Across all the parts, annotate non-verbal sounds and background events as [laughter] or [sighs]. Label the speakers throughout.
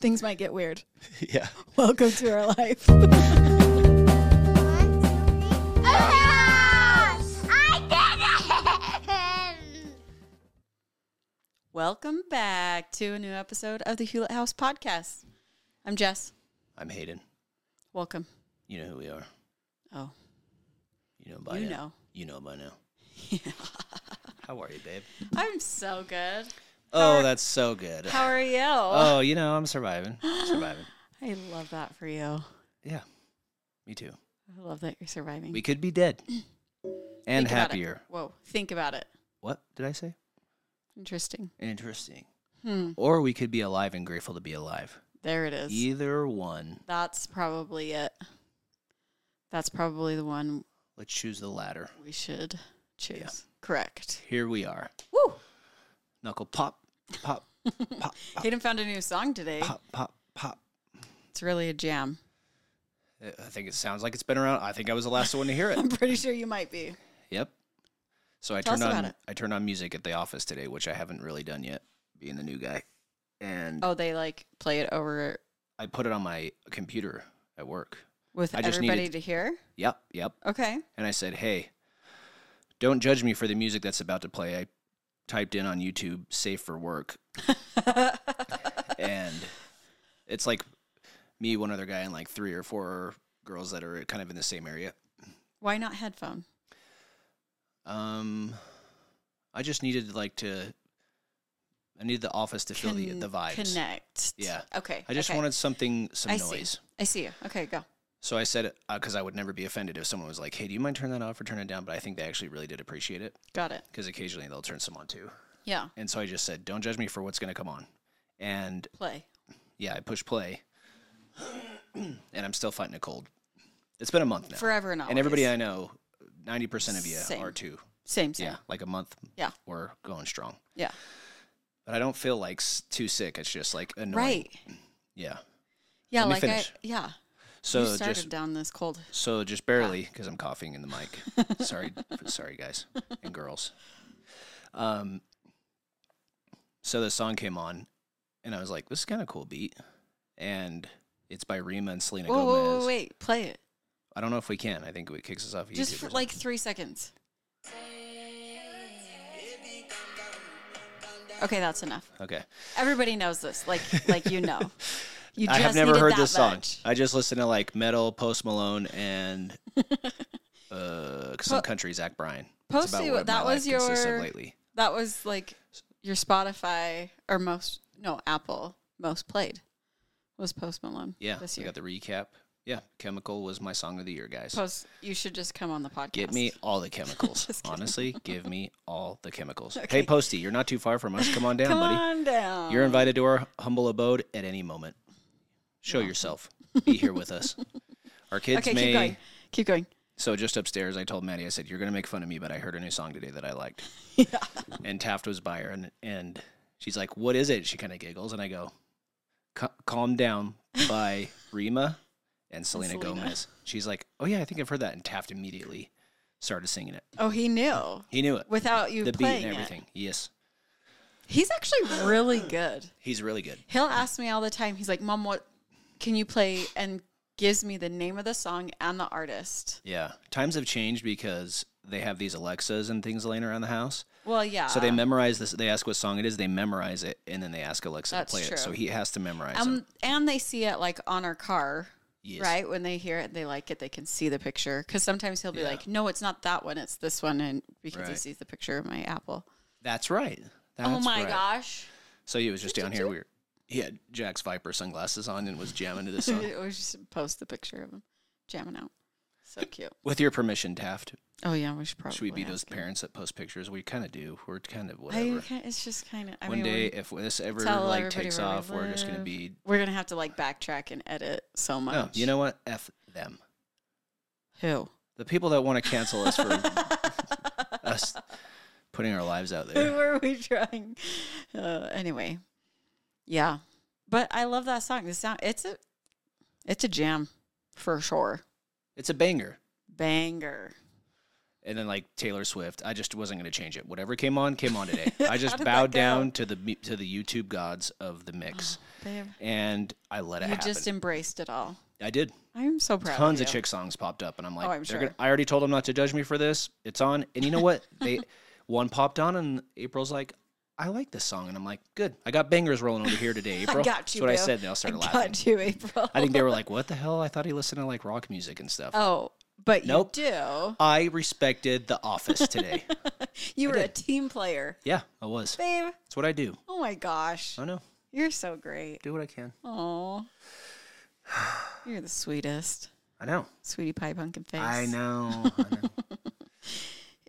Speaker 1: Things might get weird.
Speaker 2: yeah.
Speaker 1: Welcome to our life.
Speaker 3: I did it!
Speaker 4: Welcome back to a new episode of the Hewlett House Podcast. I'm Jess.
Speaker 2: I'm Hayden.
Speaker 4: Welcome.
Speaker 2: You know who we are.
Speaker 4: Oh,
Speaker 2: You know by
Speaker 4: You
Speaker 2: now.
Speaker 4: know.
Speaker 2: You know
Speaker 4: [laughs]
Speaker 2: by now. How are you, babe?
Speaker 4: I'm so good.
Speaker 2: Oh, that's so good.
Speaker 4: How are you?
Speaker 2: Oh, you know, I'm surviving.
Speaker 4: [gasps]
Speaker 2: surviving.
Speaker 4: I love that for you. I
Speaker 2: Yeah. Me too.
Speaker 4: love that you're surviving.
Speaker 2: We could be dead. And
Speaker 4: Think about it.
Speaker 2: happier.
Speaker 4: Whoa, think about it.
Speaker 2: What did I say?
Speaker 4: Interesting.
Speaker 2: Interesting.
Speaker 4: Hmm.
Speaker 2: Or we could be alive and grateful to be alive.
Speaker 4: There it is.
Speaker 2: Either one.
Speaker 4: That's probably it. That's probably the one
Speaker 2: Let's choose the latter.
Speaker 4: we should choose. Correct.
Speaker 2: Here we are.
Speaker 4: Woo!
Speaker 2: Knuckle pop,
Speaker 4: [laughs]
Speaker 2: pop, pop, pop,
Speaker 4: Hayden found a new song today.
Speaker 2: pop, pop, pop.
Speaker 4: It's really a jam.
Speaker 2: I I think it sounds like it's been around. I think I was the last one
Speaker 4: [laughs]
Speaker 2: to hear it.
Speaker 4: I'm pretty sure you might be.
Speaker 2: Yep. So I
Speaker 4: Tell us
Speaker 2: turned
Speaker 4: about
Speaker 2: on
Speaker 4: it.
Speaker 2: I turned on music at the office today, which I haven't really done yet, being the new guy. And
Speaker 4: Oh, they like play it over
Speaker 2: I put it on my computer at work.
Speaker 4: with
Speaker 2: I just
Speaker 4: everybody
Speaker 2: needed-
Speaker 4: to hear.
Speaker 2: Yep, yep.
Speaker 4: Okay.
Speaker 2: And I said, "Hey, don't judge me for the music that's about to play." I typed in on YouTube "safe
Speaker 4: [laughs]
Speaker 2: for work," and it's like me, one other guy, and like three or four girls that are kind of in the same area.
Speaker 4: Why not headphone?
Speaker 2: Um, I just needed like to. I needed the office to feel the
Speaker 4: Con-
Speaker 2: the vibes.
Speaker 4: Connect.
Speaker 2: Yeah.
Speaker 4: Okay.
Speaker 2: I just
Speaker 4: okay.
Speaker 2: wanted something, some
Speaker 4: I
Speaker 2: noise.
Speaker 4: See. I see you. Okay, go.
Speaker 2: So I said because I would never be offended if someone was like, "Hey, do you mind turning that off or turn it down?" But I think they actually really did appreciate it
Speaker 4: Got it.
Speaker 2: because occasionally they'll turn some on too.
Speaker 4: Yeah.
Speaker 2: And so I just said, "Don't judge me for what's going to come on." And
Speaker 4: Play.
Speaker 2: yeah, I push play, [clears throat] and I'm still fighting a cold. It's been a month now,
Speaker 4: Forever and always.
Speaker 2: and everybody I know, ninety percent of you
Speaker 4: Same.
Speaker 2: are too.
Speaker 4: Same, same.
Speaker 2: Yeah, like a month.
Speaker 4: Yeah.
Speaker 2: we're going strong,
Speaker 4: Yeah.
Speaker 2: but I don't feel like s- too sick. It's just like annoying.
Speaker 4: Right.
Speaker 2: Yeah.
Speaker 4: Yeah,
Speaker 2: Let me
Speaker 4: like I
Speaker 2: finish.
Speaker 4: yeah.
Speaker 2: So
Speaker 4: you started
Speaker 2: just
Speaker 4: down this cold.
Speaker 2: So just barely, because I'm coughing in the
Speaker 4: [laughs]
Speaker 2: mic. sorry, sorry, guys and girls. Um, so the song came on, and I was like, "This is kind of cool beat," and it's by Rima and Selena
Speaker 4: Whoa, whoa,
Speaker 2: Gomez.
Speaker 4: whoa, wait, play it.
Speaker 2: I don't know if we can. I think it kicks us off.
Speaker 4: Just
Speaker 2: YouTube or
Speaker 4: for
Speaker 2: something.
Speaker 4: like three seconds. Okay, that's enough.
Speaker 2: okay.
Speaker 4: Everybody knows this. Like like you
Speaker 2: [laughs]
Speaker 4: know. You
Speaker 2: I
Speaker 4: just
Speaker 2: have never
Speaker 4: needed
Speaker 2: heard
Speaker 4: that
Speaker 2: this
Speaker 4: much.
Speaker 2: song. I just listen to like metal, Post Malone,
Speaker 4: [laughs]
Speaker 2: and uh, some country Zach Bryan. That's
Speaker 4: Post-
Speaker 2: about
Speaker 4: that
Speaker 2: what my
Speaker 4: was
Speaker 2: life consists of
Speaker 4: your-
Speaker 2: lately.
Speaker 4: That was like your Spotify or most no, Apple most played was Post Malone.
Speaker 2: Yeah,
Speaker 4: This
Speaker 2: we
Speaker 4: year.
Speaker 2: got the recap. Yeah, Chemical was my song of the year, guys.
Speaker 4: Post you should just come on the podcast.
Speaker 2: Get me
Speaker 4: [laughs]
Speaker 2: all the chemicals. Honestly, give me all the chemicals. Hey, Posty, you're not too far from us.
Speaker 4: [laughs]
Speaker 2: Come on down,
Speaker 4: Come
Speaker 2: buddy.
Speaker 4: on down.
Speaker 2: You're invited to our humble abode at any moment. Show yourself. Be here
Speaker 4: [laughs]
Speaker 2: with us. Our kids
Speaker 4: okay,
Speaker 2: may.
Speaker 4: keep going. Keep [laughs] going.
Speaker 2: So just upstairs, I told Maddie, I said, "You're gonna make fun of me, but I heard a new song today that I liked." And Taft was by her, and, and she's like, "What is it?" She kind of giggles, and I go, "Ca- "Calm down"
Speaker 4: [laughs]
Speaker 2: by Rima and Selena,
Speaker 4: Selena.
Speaker 2: Gomez. She's like, "Oh yeah, I think I've heard that," and Taft immediately started singing it.
Speaker 4: Oh, he knew.
Speaker 2: He knew it
Speaker 4: Without you
Speaker 2: the beat
Speaker 4: playing
Speaker 2: and
Speaker 4: it.
Speaker 2: everything. Yes,
Speaker 4: He's actually really good.
Speaker 2: he's really good.
Speaker 4: He'll ask me all the time. He's like, "Mom, what can you play?" and gives me the name of the song and the artist.
Speaker 2: Yeah, times have changed because they have these Alexas and things laying around the house.
Speaker 4: Well, yeah.
Speaker 2: So they memorize this. They ask what song it is. They memorize it, and then they ask Alexa to
Speaker 4: That's
Speaker 2: play
Speaker 4: true.
Speaker 2: it. So he has to memorize them.
Speaker 4: um, and they see it like on our car,
Speaker 2: Yes.
Speaker 4: right? When they hear it, they like it. They can see the picture because sometimes he'll be
Speaker 2: Yeah.
Speaker 4: like, "No, it's not that one. It's this one," and because he
Speaker 2: Right.
Speaker 4: sees the picture of my apple.
Speaker 2: That's right. That's
Speaker 4: oh my
Speaker 2: right.
Speaker 4: gosh!
Speaker 2: So he was just down here. We were, he had Jack's Viper sunglasses on and was jamming to
Speaker 4: [laughs]
Speaker 2: this song.
Speaker 4: we should post the picture of him jamming out. So cute.
Speaker 2: With your permission, Taft,
Speaker 4: Oh yeah, we should probably.
Speaker 2: should we be
Speaker 4: ask
Speaker 2: those
Speaker 4: him.
Speaker 2: parents that post pictures? We kind of do. We're kind of
Speaker 4: I
Speaker 2: whatever.
Speaker 4: can't- it's just kind of. I
Speaker 2: One
Speaker 4: mean,
Speaker 2: day,
Speaker 4: we're-
Speaker 2: if this ever
Speaker 4: tell
Speaker 2: like
Speaker 4: everybody
Speaker 2: takes
Speaker 4: where we
Speaker 2: off, we're just gonna
Speaker 4: live.
Speaker 2: be.
Speaker 4: we're gonna have to like backtrack and edit so much.
Speaker 2: No, you know what? F them.
Speaker 4: who?
Speaker 2: The people that want to cancel
Speaker 4: [laughs]
Speaker 2: us for us putting our lives out
Speaker 4: [laughs] Who
Speaker 2: there. [laughs]
Speaker 4: are we trying? Uh, anyway, yeah, but I love that song. The sound. It's a, it's a jam, for sure.
Speaker 2: It's a banger.
Speaker 4: Banger.
Speaker 2: and then like Taylor Swift. I just wasn't going to change it. Whatever came on, came
Speaker 4: [laughs]
Speaker 2: on today. I
Speaker 4: How
Speaker 2: just
Speaker 4: did that
Speaker 2: bowed
Speaker 4: go?
Speaker 2: down to the mu- to the YouTube gods of the mix,
Speaker 4: [gasps] Babe,
Speaker 2: and I let it
Speaker 4: you
Speaker 2: happen.
Speaker 4: just embraced it all.
Speaker 2: I did.
Speaker 4: I am so proud.
Speaker 2: Tons
Speaker 4: of,
Speaker 2: of
Speaker 4: you.
Speaker 2: chick songs popped up, and I'm like,
Speaker 4: Oh, I'm
Speaker 2: they're
Speaker 4: sure.
Speaker 2: gonna, I already told them not to judge me for this. It's on, and you
Speaker 4: [laughs]
Speaker 2: know what? They one popped on, and April's like, I like this song, and I'm like, good. I got bangers rolling over
Speaker 4: [laughs]
Speaker 2: here today, April.
Speaker 4: got you,
Speaker 2: That's what I
Speaker 4: boo.
Speaker 2: said. They all started
Speaker 4: I
Speaker 2: laughing.
Speaker 4: got you, April.
Speaker 2: I think they were like, what the hell? I thought he listened to like rock music and stuff.
Speaker 4: oh, but
Speaker 2: Nope.
Speaker 4: you do.
Speaker 2: I respected The Office
Speaker 4: [laughs]
Speaker 2: today.
Speaker 4: You were a team player,
Speaker 2: yeah, I was.
Speaker 4: babe.
Speaker 2: That's what I do.
Speaker 4: Oh my gosh,
Speaker 2: I know.
Speaker 4: you're so great.
Speaker 2: Do what I can.
Speaker 4: Oh, you're the sweetest,
Speaker 2: I know.
Speaker 4: sweetie pie pumpkin face.
Speaker 2: I know. I
Speaker 4: [laughs]
Speaker 2: know.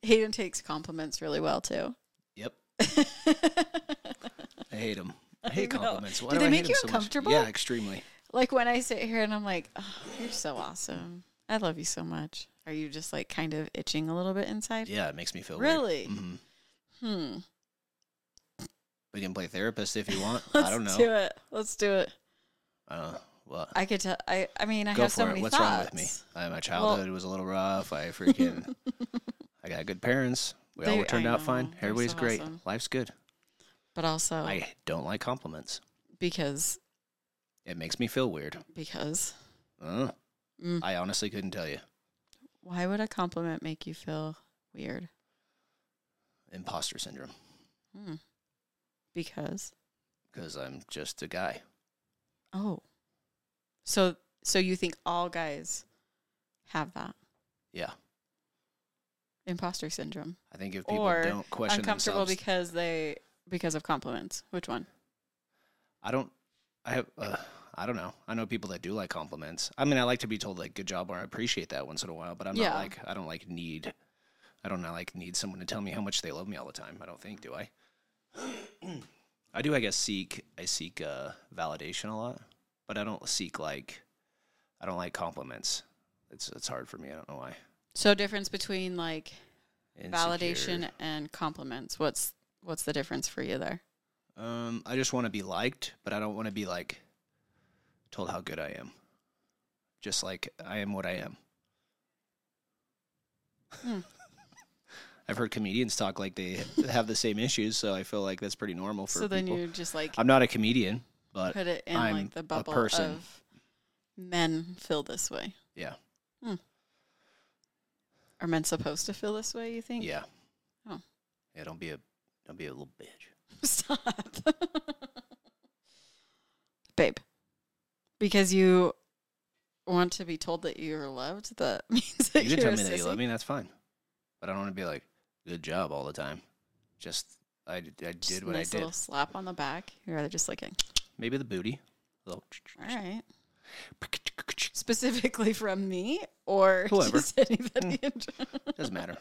Speaker 4: Hayden takes compliments really well too. [laughs]
Speaker 2: Yep. I hate them. I hate
Speaker 4: know.
Speaker 2: compliments. Why
Speaker 4: Do
Speaker 2: do
Speaker 4: they
Speaker 2: I
Speaker 4: make
Speaker 2: hate 'em
Speaker 4: you
Speaker 2: so much?
Speaker 4: uncomfortable?
Speaker 2: Yeah, extremely.
Speaker 4: Like when I sit here and I'm like, oh, you're so awesome. I love you so much. Are you just like kind of itching a little bit inside?
Speaker 2: Yeah, it makes me feel weird.
Speaker 4: really?
Speaker 2: hmm
Speaker 4: Hmm.
Speaker 2: We can play therapist
Speaker 4: [laughs]
Speaker 2: if you want.
Speaker 4: Let's
Speaker 2: I don't know.
Speaker 4: do it. Let's do it.
Speaker 2: I don't know. Well,
Speaker 4: I could tell. I. I mean, I
Speaker 2: go
Speaker 4: have
Speaker 2: for
Speaker 4: so
Speaker 2: it.
Speaker 4: many
Speaker 2: What's
Speaker 4: thoughts.
Speaker 2: wrong with me? I, my childhood was a little rough.
Speaker 4: [laughs]
Speaker 2: I freaking, I got good parents. We
Speaker 4: They-
Speaker 2: all turned
Speaker 4: I
Speaker 2: out
Speaker 4: know.
Speaker 2: fine.
Speaker 4: They're
Speaker 2: Everybody's
Speaker 4: so
Speaker 2: great.
Speaker 4: awesome. Oh.
Speaker 2: Life's good.
Speaker 4: But also
Speaker 2: I don't like compliments.
Speaker 4: because
Speaker 2: It makes me feel weird.
Speaker 4: because
Speaker 2: Uh,
Speaker 4: Mm.
Speaker 2: I honestly couldn't tell you.
Speaker 4: why would a compliment make you feel weird?
Speaker 2: Imposter syndrome
Speaker 4: Hmm. Because
Speaker 2: because I'm just a guy.
Speaker 4: oh, so so you think all guys have that
Speaker 2: Yeah.
Speaker 4: imposter syndrome?
Speaker 2: I think if people
Speaker 4: Or
Speaker 2: don't question
Speaker 4: uncomfortable
Speaker 2: themselves,
Speaker 4: because they because of compliments. Which one?
Speaker 2: I don't. I have. Uh, I don't know. I know people that do like compliments. I mean, I like to be told like "good job" or "I appreciate that" once in a while, but I'm
Speaker 4: Yeah.
Speaker 2: not like I don't like need. I don't know, like need someone to tell me how much they love me all the time. I don't think do I. [clears throat] I do. I guess seek. I seek uh, validation a lot, but I don't seek like. I don't like compliments. It's it's hard for me. I don't know why.
Speaker 4: So difference between like
Speaker 2: Insecure.
Speaker 4: validation and compliments. What's what's the difference for you there?
Speaker 2: Um, I just want to be liked, but I don't want to be like told how good I am. Just like I am what I am.
Speaker 4: Hmm.
Speaker 2: [laughs] I've heard comedians talk like they have the same issues, so I feel like that's pretty normal for
Speaker 4: so then
Speaker 2: people.
Speaker 4: you just like
Speaker 2: I'm not a comedian, but
Speaker 4: put it in
Speaker 2: I'm
Speaker 4: like
Speaker 2: a
Speaker 4: the bubble
Speaker 2: person.
Speaker 4: of men feel this way. Hmm.
Speaker 2: yeah,
Speaker 4: Are men supposed to feel this way, you think?
Speaker 2: yeah,
Speaker 4: Oh.
Speaker 2: yeah. Don't be a don't be a little
Speaker 4: [laughs]
Speaker 2: bitch.
Speaker 4: Stop. [laughs] Babe. Because you want to be told that you're loved, that [laughs] means that
Speaker 2: you
Speaker 4: you are
Speaker 2: can tell
Speaker 4: a
Speaker 2: me
Speaker 4: sissy.
Speaker 2: that you love me. That's fine, but I don't want to be like good job all the time. Just I, I did
Speaker 4: Just
Speaker 2: what
Speaker 4: a nice
Speaker 2: I did.
Speaker 4: little slap on the back. You're rather just like, a,
Speaker 2: Maybe the booty. A little
Speaker 4: all right. Specifically from me or [laughs]
Speaker 2: Whoever.
Speaker 4: just anybody. in gen- [laughs]
Speaker 2: Doesn't matter.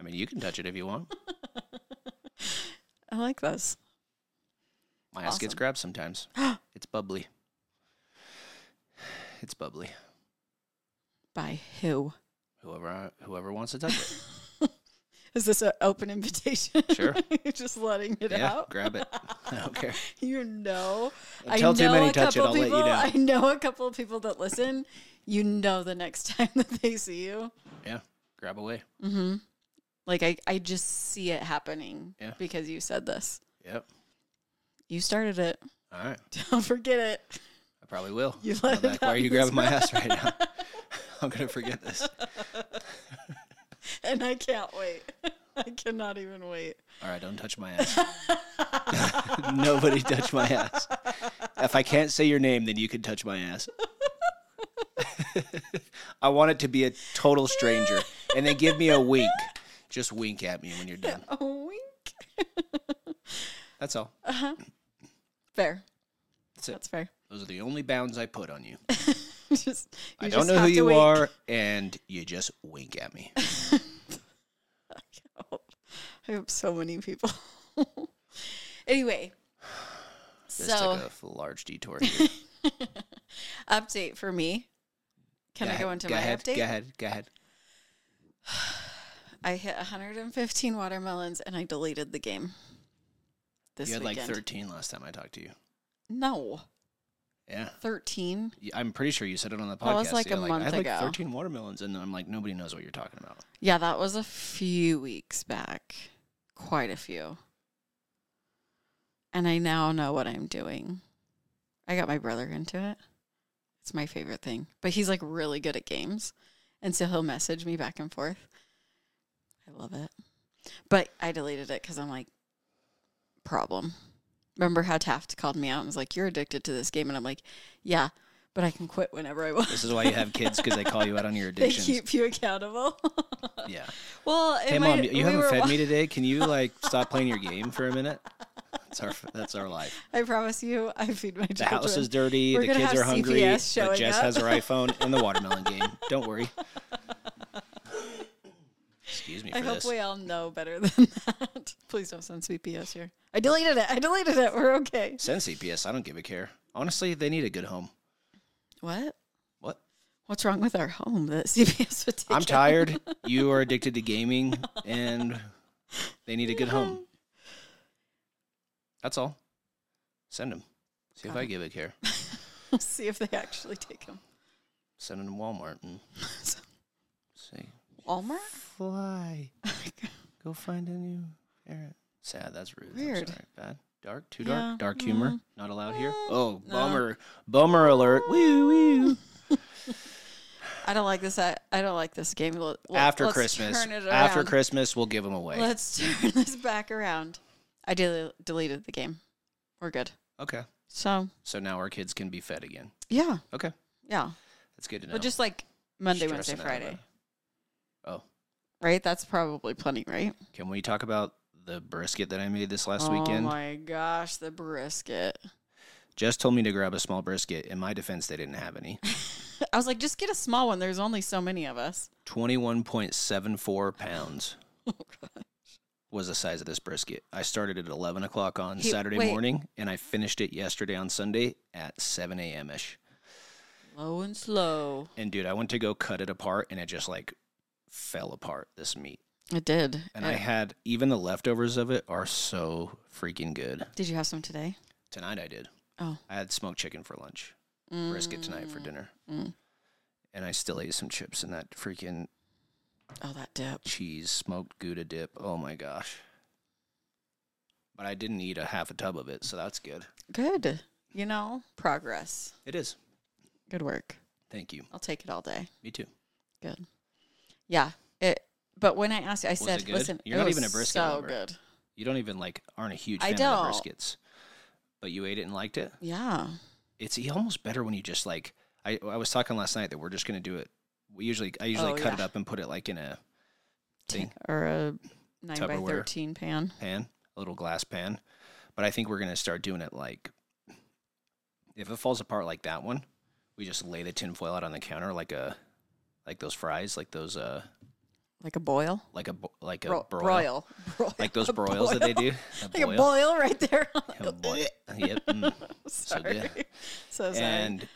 Speaker 2: I mean, you can touch it if you want.
Speaker 4: I like this.
Speaker 2: My ass gets
Speaker 4: Awesome. [gasps]
Speaker 2: grabbed sometimes. it's bubbly. It's bubbly.
Speaker 4: By who?
Speaker 2: Whoever I, whoever wants to touch it,
Speaker 4: Is this an open invitation?
Speaker 2: Sure.
Speaker 4: [laughs] you're just letting it
Speaker 2: yeah,
Speaker 4: out?
Speaker 2: grab it. [laughs] I
Speaker 4: [laughs]
Speaker 2: don't care.
Speaker 4: You know,
Speaker 2: Tell
Speaker 4: I
Speaker 2: too
Speaker 4: know
Speaker 2: many
Speaker 4: a
Speaker 2: touch it,
Speaker 4: couple
Speaker 2: I'll let you
Speaker 4: people.
Speaker 2: know.
Speaker 4: I know a couple of people that listen. You know, the next [laughs] time that they see you,
Speaker 2: Yeah, grab away.
Speaker 4: mm-hmm. like I, I just see it happening
Speaker 2: Yeah.
Speaker 4: because you said this.
Speaker 2: Yep.
Speaker 4: You started it. [laughs]
Speaker 2: All right.
Speaker 4: Don't forget it.
Speaker 2: I probably will.
Speaker 4: [laughs] You
Speaker 2: I'll
Speaker 4: let
Speaker 2: be
Speaker 4: it
Speaker 2: like, why are
Speaker 4: out
Speaker 2: you
Speaker 4: this [laughs]
Speaker 2: grabbing my ass right now? [laughs] I'm gonna forget this.
Speaker 4: And I can't wait. [laughs] I cannot even wait.
Speaker 2: All right, don't touch my ass. [laughs] Nobody touch my ass. If I can't say your name, then you can touch my ass. [laughs] I want it to be a total stranger. And then give me a wink. Just wink at me when you're done.
Speaker 4: A wink. [laughs] Uh-huh.
Speaker 2: That's all.
Speaker 4: Fair.
Speaker 2: That's it.
Speaker 4: That's fair. [laughs]
Speaker 2: Those are the only bounds I put on you.
Speaker 4: just you
Speaker 2: I
Speaker 4: just
Speaker 2: don't know
Speaker 4: have
Speaker 2: who
Speaker 4: to
Speaker 2: you
Speaker 4: wink.
Speaker 2: are, and you just wink at me.
Speaker 4: [laughs] I hope so many people. [laughs] anyway,
Speaker 2: This
Speaker 4: so
Speaker 2: took a f- large detour here.
Speaker 4: update for me. [laughs] Can I
Speaker 2: ahead-
Speaker 4: go into
Speaker 2: go
Speaker 4: my
Speaker 2: ahead,
Speaker 4: update?
Speaker 2: Go ahead. Go ahead.
Speaker 4: I hit 115 watermelons and I deleted the game. This
Speaker 2: you had
Speaker 4: weekend.
Speaker 2: like 13 last time I talked to you.
Speaker 4: No,
Speaker 2: Yeah.
Speaker 4: 13.
Speaker 2: Y- I'm pretty sure you said it on the podcast.
Speaker 4: That was like
Speaker 2: You're
Speaker 4: a
Speaker 2: I
Speaker 4: month
Speaker 2: had like
Speaker 4: ago.
Speaker 2: 13 watermelons, and I'm like, nobody knows what you're talking about.
Speaker 4: Yeah, that was a few weeks back. Quite a few. And I now know what I'm doing. I got my brother into it. It's my favorite thing. But he's like really good at games. And so he'll message me back and forth. I love it. But I deleted it because I'm like, problem. Remember how Taft called me out and was like, You're addicted to this game? And I'm like, Yeah, but I can quit whenever I want. [laughs]
Speaker 2: This is why you have kids because they call you out on your
Speaker 4: They
Speaker 2: addictions.
Speaker 4: keep you accountable. [laughs]
Speaker 2: yeah.
Speaker 4: Well, it
Speaker 2: Hey,
Speaker 4: might,
Speaker 2: mom, you
Speaker 4: we
Speaker 2: haven't
Speaker 4: were
Speaker 2: fed
Speaker 4: wa-
Speaker 2: me today. Can you
Speaker 4: [laughs]
Speaker 2: like stop playing your game for a minute? That's our that's our life.
Speaker 4: [laughs] I promise you, I feed my
Speaker 2: The
Speaker 4: children.
Speaker 2: house is dirty.
Speaker 4: We're
Speaker 2: the
Speaker 4: gonna
Speaker 2: kids
Speaker 4: have
Speaker 2: are hungry.
Speaker 4: CPS
Speaker 2: But
Speaker 4: showing
Speaker 2: Jess
Speaker 4: up.
Speaker 2: has her iPhone and
Speaker 4: [laughs]
Speaker 2: the watermelon game. Don't worry. Excuse me for
Speaker 4: I hope
Speaker 2: this.
Speaker 4: we all know better than [laughs] that. Please don't send sweet PS here. I deleted it. I deleted it. We're okay.
Speaker 2: Send CPS. I don't give a care. Honestly, they need a good home.
Speaker 4: What?
Speaker 2: What?
Speaker 4: What's wrong with our home that CPS would take?
Speaker 2: I'm
Speaker 4: it? [laughs]
Speaker 2: tired. You are addicted to gaming, and they need a good home. That's all. Send them. See if
Speaker 4: Got
Speaker 2: I
Speaker 4: it.
Speaker 2: give a care.
Speaker 4: We'll [laughs] see if they actually take him.
Speaker 2: Send them to
Speaker 4: [laughs]
Speaker 2: Walmart and see.
Speaker 4: Walmart? [laughs]
Speaker 2: Fly.
Speaker 4: Oh
Speaker 2: Go find a new parent. Sad. That's rude. I'm
Speaker 4: Weird.
Speaker 2: sorry. Bad. Dark. Too
Speaker 4: Yeah,
Speaker 2: dark. Dark humor.
Speaker 4: mm.
Speaker 2: Not allowed here.
Speaker 4: Mm,
Speaker 2: Oh,
Speaker 4: no.
Speaker 2: bummer. Bummer alert. Woo woo.
Speaker 4: I don't like this. I, I don't like this game. Let- let-
Speaker 2: After
Speaker 4: let's
Speaker 2: Christmas.
Speaker 4: Turn it
Speaker 2: After
Speaker 4: around.
Speaker 2: Christmas, we'll give them away.
Speaker 4: Let's [laughs] turn this back around. I del- deleted the game. We're good.
Speaker 2: okay.
Speaker 4: So
Speaker 2: So now our kids can be fed again.
Speaker 4: yeah,
Speaker 2: Okay.
Speaker 4: yeah.
Speaker 2: That's good to know.
Speaker 4: But just like Monday,
Speaker 2: Stressing
Speaker 4: Wednesday,
Speaker 2: out about
Speaker 4: Friday.
Speaker 2: it. Oh.
Speaker 4: Right? That's probably plenty, right?
Speaker 2: Can we talk about the brisket that I made this last
Speaker 4: oh
Speaker 2: weekend?
Speaker 4: my gosh, the brisket.
Speaker 2: Jess told me to grab a small brisket. In my defense, they didn't have any.
Speaker 4: I was like, just get a small one. There's only so many of us. [laughs]
Speaker 2: 21.74 pounds
Speaker 4: Oh, God.
Speaker 2: was the size of this brisket. I started at 11 o'clock on
Speaker 4: Hey,
Speaker 2: Saturday
Speaker 4: wait.
Speaker 2: morning and I finished it yesterday on Sunday at 7 a.m. ish.
Speaker 4: Low and slow.
Speaker 2: And dude, I went to go cut it apart and it just like fell apart this meat.
Speaker 4: It did.
Speaker 2: And I had even the leftovers of it are so freaking good.
Speaker 4: did you have some today?
Speaker 2: Tonight I did.
Speaker 4: Oh.
Speaker 2: I had smoked chicken for lunch. brisket tonight for dinner.
Speaker 4: Mm.
Speaker 2: And I still ate some chips and that freaking
Speaker 4: Oh, that dip.
Speaker 2: cheese smoked Gouda dip. Oh my gosh. But I didn't eat a half a tub of it, so that's good.
Speaker 4: Good. You know, progress.
Speaker 2: It is.
Speaker 4: Good work.
Speaker 2: Thank you.
Speaker 4: I'll take it all day.
Speaker 2: Me too.
Speaker 4: Good. Yeah. It. But when I asked you, I said,
Speaker 2: it good?
Speaker 4: listen,
Speaker 2: You're
Speaker 4: it
Speaker 2: not even
Speaker 4: was
Speaker 2: a brisket
Speaker 4: So
Speaker 2: lover.
Speaker 4: good.
Speaker 2: You don't even like aren't a huge
Speaker 4: I
Speaker 2: fan of the
Speaker 4: don't.
Speaker 2: briskets. But you ate it and liked it.
Speaker 4: Yeah.
Speaker 2: It's e- almost better when you just like I I was talking last night that we're just gonna do it. We usually I usually
Speaker 4: Oh,
Speaker 2: cut it
Speaker 4: yeah.
Speaker 2: up and put it like in a thing
Speaker 4: Or a 9 by
Speaker 2: Tupperware.
Speaker 4: 13 pan.
Speaker 2: pan, a little glass pan. But I think we're gonna start doing it like if it falls apart like that one, we just lay the tin foil out on the counter like a like those fries, like those uh
Speaker 4: Like a boil.
Speaker 2: like a bo- like a
Speaker 4: Bro-
Speaker 2: broil,
Speaker 4: broil. broil.
Speaker 2: like
Speaker 4: [laughs]
Speaker 2: those
Speaker 4: A
Speaker 2: broils that they do.
Speaker 4: like a boil right there. [laughs]
Speaker 2: A boil. Yep. mm. So
Speaker 4: sorry.
Speaker 2: good.
Speaker 4: So sorry.
Speaker 2: And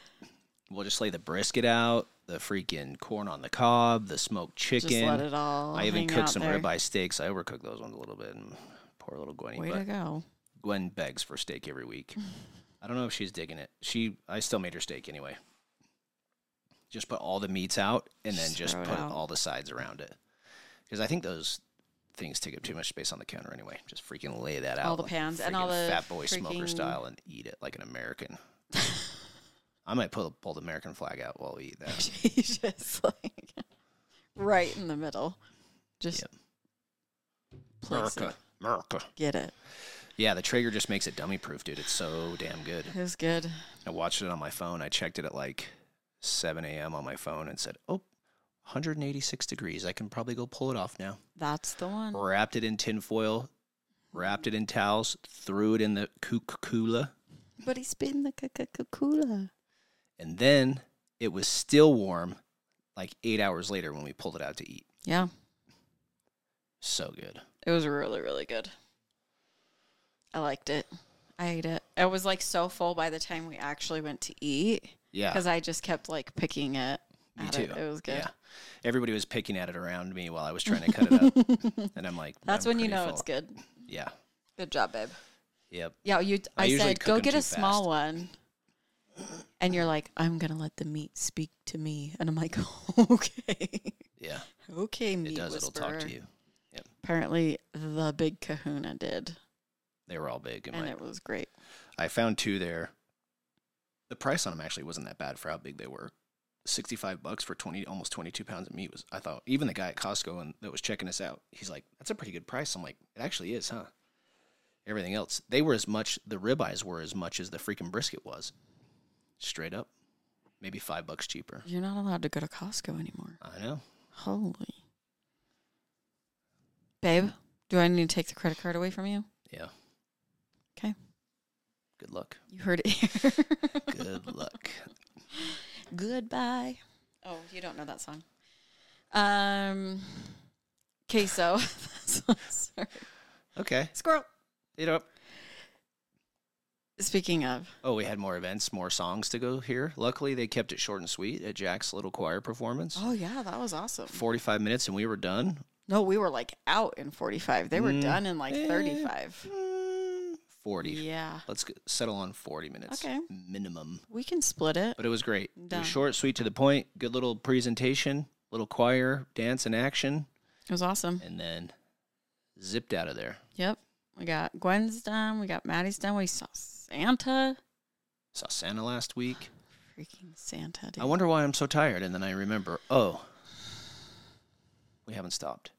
Speaker 2: we'll just lay the brisket out, the freaking corn on the cob, the smoked chicken.
Speaker 4: Just let it all.
Speaker 2: I even
Speaker 4: hang
Speaker 2: cooked
Speaker 4: out
Speaker 2: some
Speaker 4: there.
Speaker 2: ribeye steaks. I overcooked those ones a little bit and poor little Gwenny.
Speaker 4: Way
Speaker 2: but
Speaker 4: to go. [laughs]
Speaker 2: Gwen begs for steak every week. I don't know if she's digging it. She I still made her steak anyway. Just put all the meats out and then
Speaker 4: Just
Speaker 2: just
Speaker 4: throw it
Speaker 2: put
Speaker 4: out.
Speaker 2: all the sides around it. Because I think those things take up too much space on the counter anyway. Just freaking lay that out.
Speaker 4: All the
Speaker 2: like
Speaker 4: pans and all
Speaker 2: freaking
Speaker 4: the
Speaker 2: fat boy smoker
Speaker 4: freaking-
Speaker 2: style and eat it like an
Speaker 4: [laughs]
Speaker 2: American. I might pull pull the American flag out while we eat that.
Speaker 4: She's just like right in the middle. Just
Speaker 2: Yep.
Speaker 4: [laughs] place
Speaker 2: America.
Speaker 4: it.
Speaker 2: America.
Speaker 4: Get it.
Speaker 2: Yeah, the Traeger just makes it dummy proof, dude. It's so damn good.
Speaker 4: It was good.
Speaker 2: I watched it on my phone. I checked it at like 7 a.m. on my phone and said, oh, 186 degrees. I can probably go pull it off now.
Speaker 4: That's the one.
Speaker 2: Wrapped it in tinfoil, wrapped it in towels, threw it in the kook cooler,
Speaker 4: But he spin the Coca-Cola.
Speaker 2: and then it was still warm like eight hours later when we pulled it out to eat.
Speaker 4: Yeah.
Speaker 2: So good.
Speaker 4: It was really, really good. I liked it. I ate it. I was like so full by the time we actually went to eat
Speaker 2: Yeah.
Speaker 4: because I just kept like picking it.
Speaker 2: Me
Speaker 4: at
Speaker 2: too.
Speaker 4: It. it was good. [laughs]
Speaker 2: Yeah. Everybody was picking at it around me while I was trying to cut
Speaker 4: [laughs]
Speaker 2: it up. and I'm like,
Speaker 4: That's
Speaker 2: "I'm
Speaker 4: when you
Speaker 2: pretty
Speaker 4: know
Speaker 2: full."
Speaker 4: it's good.
Speaker 2: Yeah.
Speaker 4: Good job, babe.
Speaker 2: Yep.
Speaker 4: Yeah, you. I,
Speaker 2: I usually
Speaker 4: said
Speaker 2: cook
Speaker 4: go
Speaker 2: 'em
Speaker 4: get
Speaker 2: too
Speaker 4: a small
Speaker 2: fast.
Speaker 4: one, and you're like, I'm gonna let the meat speak to me, and I'm like, [laughs] okay,
Speaker 2: Yeah,
Speaker 4: okay, meat
Speaker 2: it does. It'll talk
Speaker 4: whisperer.
Speaker 2: to you.
Speaker 4: Apparently, the big Kahuna did,
Speaker 2: They were all big. And
Speaker 4: and
Speaker 2: my,
Speaker 4: it was great.
Speaker 2: I found two there. The price on them actually wasn't that bad for how big they were. Sixty-five bucks for twenty, almost twenty-two pounds of meat was. I thought even the guy at Costco and that was checking us out, he's like, "That's a pretty good price." I'm like, "It actually is, huh?" Everything else, they were as much. The ribeyes were as much as the freaking brisket was, straight up. Maybe five bucks cheaper.
Speaker 4: You're not allowed to go to Costco anymore.
Speaker 2: I know.
Speaker 4: Holy, babe, do I need to take the credit card away from you?
Speaker 2: Yeah.
Speaker 4: 'Kay.
Speaker 2: Good luck.
Speaker 4: You heard it here. [laughs]
Speaker 2: Good luck.
Speaker 4: Goodbye. Oh, you don't know that song. Um, queso. [laughs] Sorry.
Speaker 2: Okay.
Speaker 4: Squirrel.
Speaker 2: It up.
Speaker 4: Speaking of,
Speaker 2: Oh, we had more events, more songs to go here. Luckily, they kept it short and sweet at Jack's little choir performance.
Speaker 4: oh yeah, that was awesome.
Speaker 2: 45 minutes and we were done.
Speaker 4: No, we were like out in 45. They were
Speaker 2: Mm.
Speaker 4: done in like
Speaker 2: Eh.
Speaker 4: 35.
Speaker 2: 40.
Speaker 4: Mm. Yeah.
Speaker 2: Let's g- settle on 40 minutes
Speaker 4: Okay.
Speaker 2: minimum.
Speaker 4: We can split it.
Speaker 2: But it was great. It
Speaker 4: Done.
Speaker 2: was short, sweet, to the point. Good little presentation, little choir, dance and action,
Speaker 4: It was awesome.
Speaker 2: and then zipped out of there.
Speaker 4: Yep. We got Gwen's done. We got Maddie's done. We saw Santa.
Speaker 2: Saw Santa last
Speaker 4: Oh,
Speaker 2: week.
Speaker 4: Freaking Santa, dude.
Speaker 2: I wonder why I'm so tired. And then I remember, oh, we haven't stopped.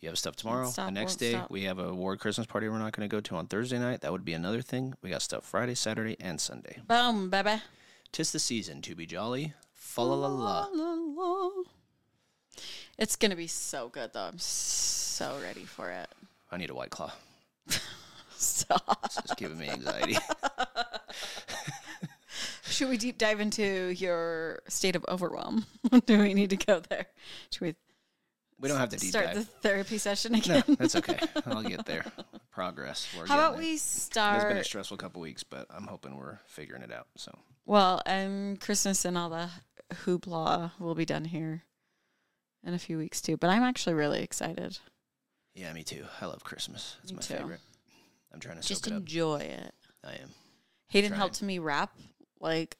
Speaker 2: You have stuff tomorrow.
Speaker 4: stop,
Speaker 2: the next
Speaker 4: won't
Speaker 2: day,
Speaker 4: stop.
Speaker 2: we have a ward Christmas party we're not going to go to on Thursday night. That would be another thing. We got stuff Friday, Saturday, and Sunday.
Speaker 4: Boom, baby.
Speaker 2: Tis the season to be jolly. Fa la la la.
Speaker 4: la. It's going to be so good, though. I'm so ready for it. [laughs]
Speaker 2: I need a white claw.
Speaker 4: Stop.
Speaker 2: This is giving me anxiety.
Speaker 4: Should we deep dive into your state of overwhelm? [laughs] Do we need to go there? Should we
Speaker 2: We don't have to deep
Speaker 4: start the
Speaker 2: dive.
Speaker 4: therapy session again?
Speaker 2: No,
Speaker 4: [laughs]
Speaker 2: that's okay. I'll get there. Progress. We're
Speaker 4: How
Speaker 2: getting
Speaker 4: about
Speaker 2: there.
Speaker 4: we
Speaker 2: It's been a
Speaker 4: start?
Speaker 2: stressful couple weeks, but I'm hoping we're figuring it out. So
Speaker 4: Well, and Christmas and all the hoopla will be done here in a few weeks too. But I'm actually really excited.
Speaker 2: yeah, me too. I love Christmas. It's
Speaker 4: Me
Speaker 2: my
Speaker 4: too.
Speaker 2: favorite. I'm trying to soak
Speaker 4: Just
Speaker 2: it up.
Speaker 4: enjoy it.
Speaker 2: I am.
Speaker 4: Hayden
Speaker 2: Trying.
Speaker 4: helped me wrap like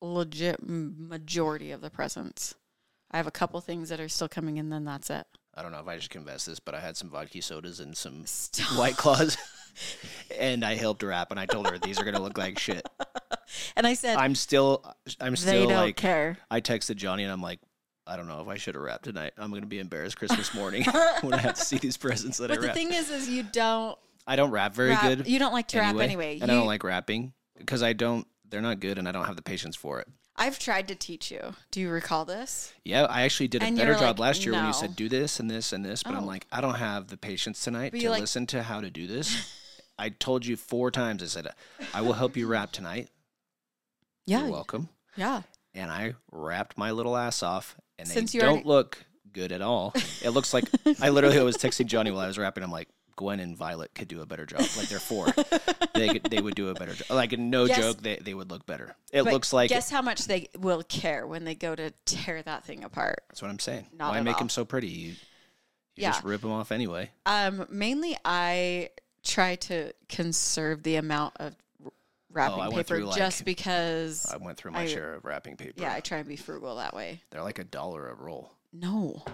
Speaker 4: legit m- majority of the presents. I have a couple things that are still coming in, then that's it.
Speaker 2: I don't know if I should confess this, but I had some vodka sodas and some
Speaker 4: Stop. [laughs]
Speaker 2: white claws, and I helped wrap. And I told her these are gonna look
Speaker 4: [laughs]
Speaker 2: like shit.
Speaker 4: And I said,
Speaker 2: I'm still, I'm
Speaker 4: they
Speaker 2: still
Speaker 4: don't
Speaker 2: like.
Speaker 4: care.
Speaker 2: I texted Johnny and I'm like, I don't know if I should have wrapped tonight. I'm gonna be embarrassed Christmas morning
Speaker 4: [laughs]
Speaker 2: [laughs] when I have to see these presents that
Speaker 4: But
Speaker 2: I
Speaker 4: the
Speaker 2: wrap.
Speaker 4: thing is, is you don't
Speaker 2: I don't wrap [laughs] very
Speaker 4: wrap,
Speaker 2: good.
Speaker 4: You don't like to wrap anyway.
Speaker 2: and
Speaker 4: you,
Speaker 2: I don't like wrapping because I don't. They're not good, and I don't have the patience for it.
Speaker 4: I've tried to teach you. Do you recall this?
Speaker 2: Yeah, I actually did a
Speaker 4: And you
Speaker 2: better
Speaker 4: were
Speaker 2: job
Speaker 4: like,
Speaker 2: last year when you
Speaker 4: "No."
Speaker 2: said do this and this and this, but I'm
Speaker 4: Oh.
Speaker 2: like, I don't have the patience tonight
Speaker 4: But
Speaker 2: to
Speaker 4: you're like-
Speaker 2: listen to how to
Speaker 4: [laughs]
Speaker 2: do this. I told you four times. I said, I will help you wrap tonight.
Speaker 4: Yeah,
Speaker 2: You're welcome.
Speaker 4: yeah.
Speaker 2: And I wrapped my little ass off, and they
Speaker 4: Since you
Speaker 2: don't
Speaker 4: already-
Speaker 2: look good at all. It
Speaker 4: [laughs]
Speaker 2: looks like I literally was texting Johnny while I was wrapping. I'm like, Gwen and Violet could do a better job. Like
Speaker 4: [laughs]
Speaker 2: they're four, they could, they would do a better job. Like no
Speaker 4: Yes.
Speaker 2: joke, they they would look better. It
Speaker 4: But
Speaker 2: looks like
Speaker 4: Guess how much they will care when they go to tear that thing apart.
Speaker 2: that's what I'm saying.
Speaker 4: Not
Speaker 2: Why
Speaker 4: at
Speaker 2: make
Speaker 4: all.
Speaker 2: them so pretty? You, you
Speaker 4: Yeah.
Speaker 2: just rip them off anyway.
Speaker 4: Um, mainly, I try to conserve the amount of r-
Speaker 2: Oh, I
Speaker 4: wrapping
Speaker 2: went
Speaker 4: paper
Speaker 2: through, like-
Speaker 4: just because.
Speaker 2: I went through my
Speaker 4: I-
Speaker 2: share of wrapping paper.
Speaker 4: yeah, I try and be frugal that way.
Speaker 2: They're like a dollar a roll.
Speaker 4: No,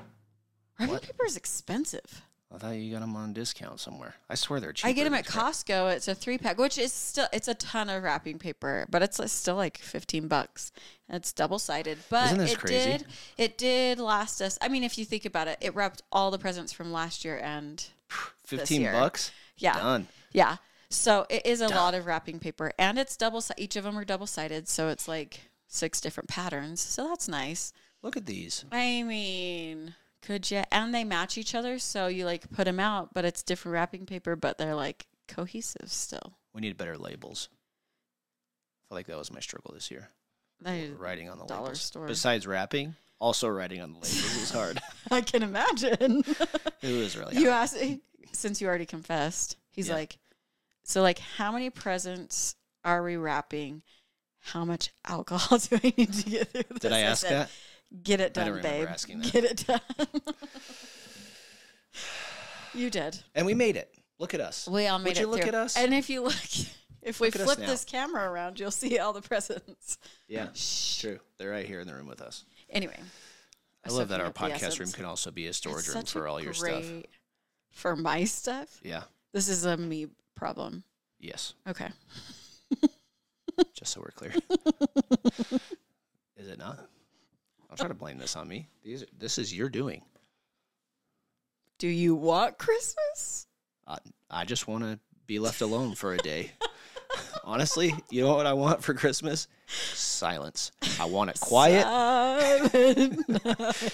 Speaker 4: wrapping
Speaker 2: What?
Speaker 4: paper is expensive.
Speaker 2: I thought you got them on discount somewhere. I swear they're cheap.
Speaker 4: I get them at Costco. It's a three pack, which is still it's a ton of wrapping paper, but it's like- still like fifteen bucks. And it's double sided, but
Speaker 2: Isn't this
Speaker 4: it
Speaker 2: crazy?
Speaker 4: did it did last us. I mean, if you think about it, it wrapped all the presents from last year, and
Speaker 2: Fifteen
Speaker 4: year.
Speaker 2: bucks.
Speaker 4: yeah,
Speaker 2: Done.
Speaker 4: yeah. So it is a lot of wrapping paper, and it's double. si- Each of them are double sided, so it's like six different patterns. So that's nice.
Speaker 2: Look at these.
Speaker 4: I mean, could you? And they match each other, so you like put them out, but it's different wrapping paper, but they're like cohesive still.
Speaker 2: We need better labels. I feel like that was my struggle this year.
Speaker 4: They-
Speaker 2: Writing on the
Speaker 4: Dollar
Speaker 2: labels.
Speaker 4: store.
Speaker 2: Besides wrapping, also writing on the
Speaker 4: [laughs]
Speaker 2: labels is hard. [laughs]
Speaker 4: I can imagine. [laughs]
Speaker 2: It was really
Speaker 4: you
Speaker 2: hard.
Speaker 4: asked since you already confessed. He's
Speaker 2: Yeah.
Speaker 4: like, so like, how many presents are we wrapping? How much alcohol [laughs] do I need to get through this?
Speaker 2: Did I ask
Speaker 4: said,
Speaker 2: that?
Speaker 4: Get it
Speaker 2: I
Speaker 4: done,
Speaker 2: don't remember
Speaker 4: babe.
Speaker 2: asking that.
Speaker 4: Get it done. [laughs] you did.
Speaker 2: And we made it. Look at us.
Speaker 4: We all made
Speaker 2: Would
Speaker 4: it
Speaker 2: you look
Speaker 4: through.
Speaker 2: at us?
Speaker 4: And if you look, [laughs] If we
Speaker 2: Look at us
Speaker 4: flip
Speaker 2: now.
Speaker 4: this camera around, you'll see all the presents.
Speaker 2: Yeah,
Speaker 4: [laughs] Shh.
Speaker 2: true. They're right here in the room with us.
Speaker 4: Anyway,
Speaker 2: I love that
Speaker 4: soaking
Speaker 2: our
Speaker 4: up the
Speaker 2: podcast room
Speaker 4: essence.
Speaker 2: can also be a storage
Speaker 4: It's
Speaker 2: room
Speaker 4: such
Speaker 2: for
Speaker 4: a
Speaker 2: all your stuff.
Speaker 4: great- For my stuff,
Speaker 2: Yeah.
Speaker 4: this is a me problem.
Speaker 2: Yes.
Speaker 4: Okay,
Speaker 2: Just so
Speaker 4: [laughs]
Speaker 2: we're clear. is it not? I'll try to blame this on me. These are, this is your doing.
Speaker 4: do you want Christmas?
Speaker 2: I, I just want to be left alone for a day. Honestly, you know what I want for Christmas? Silence. I want it quiet. [laughs]
Speaker 4: Silent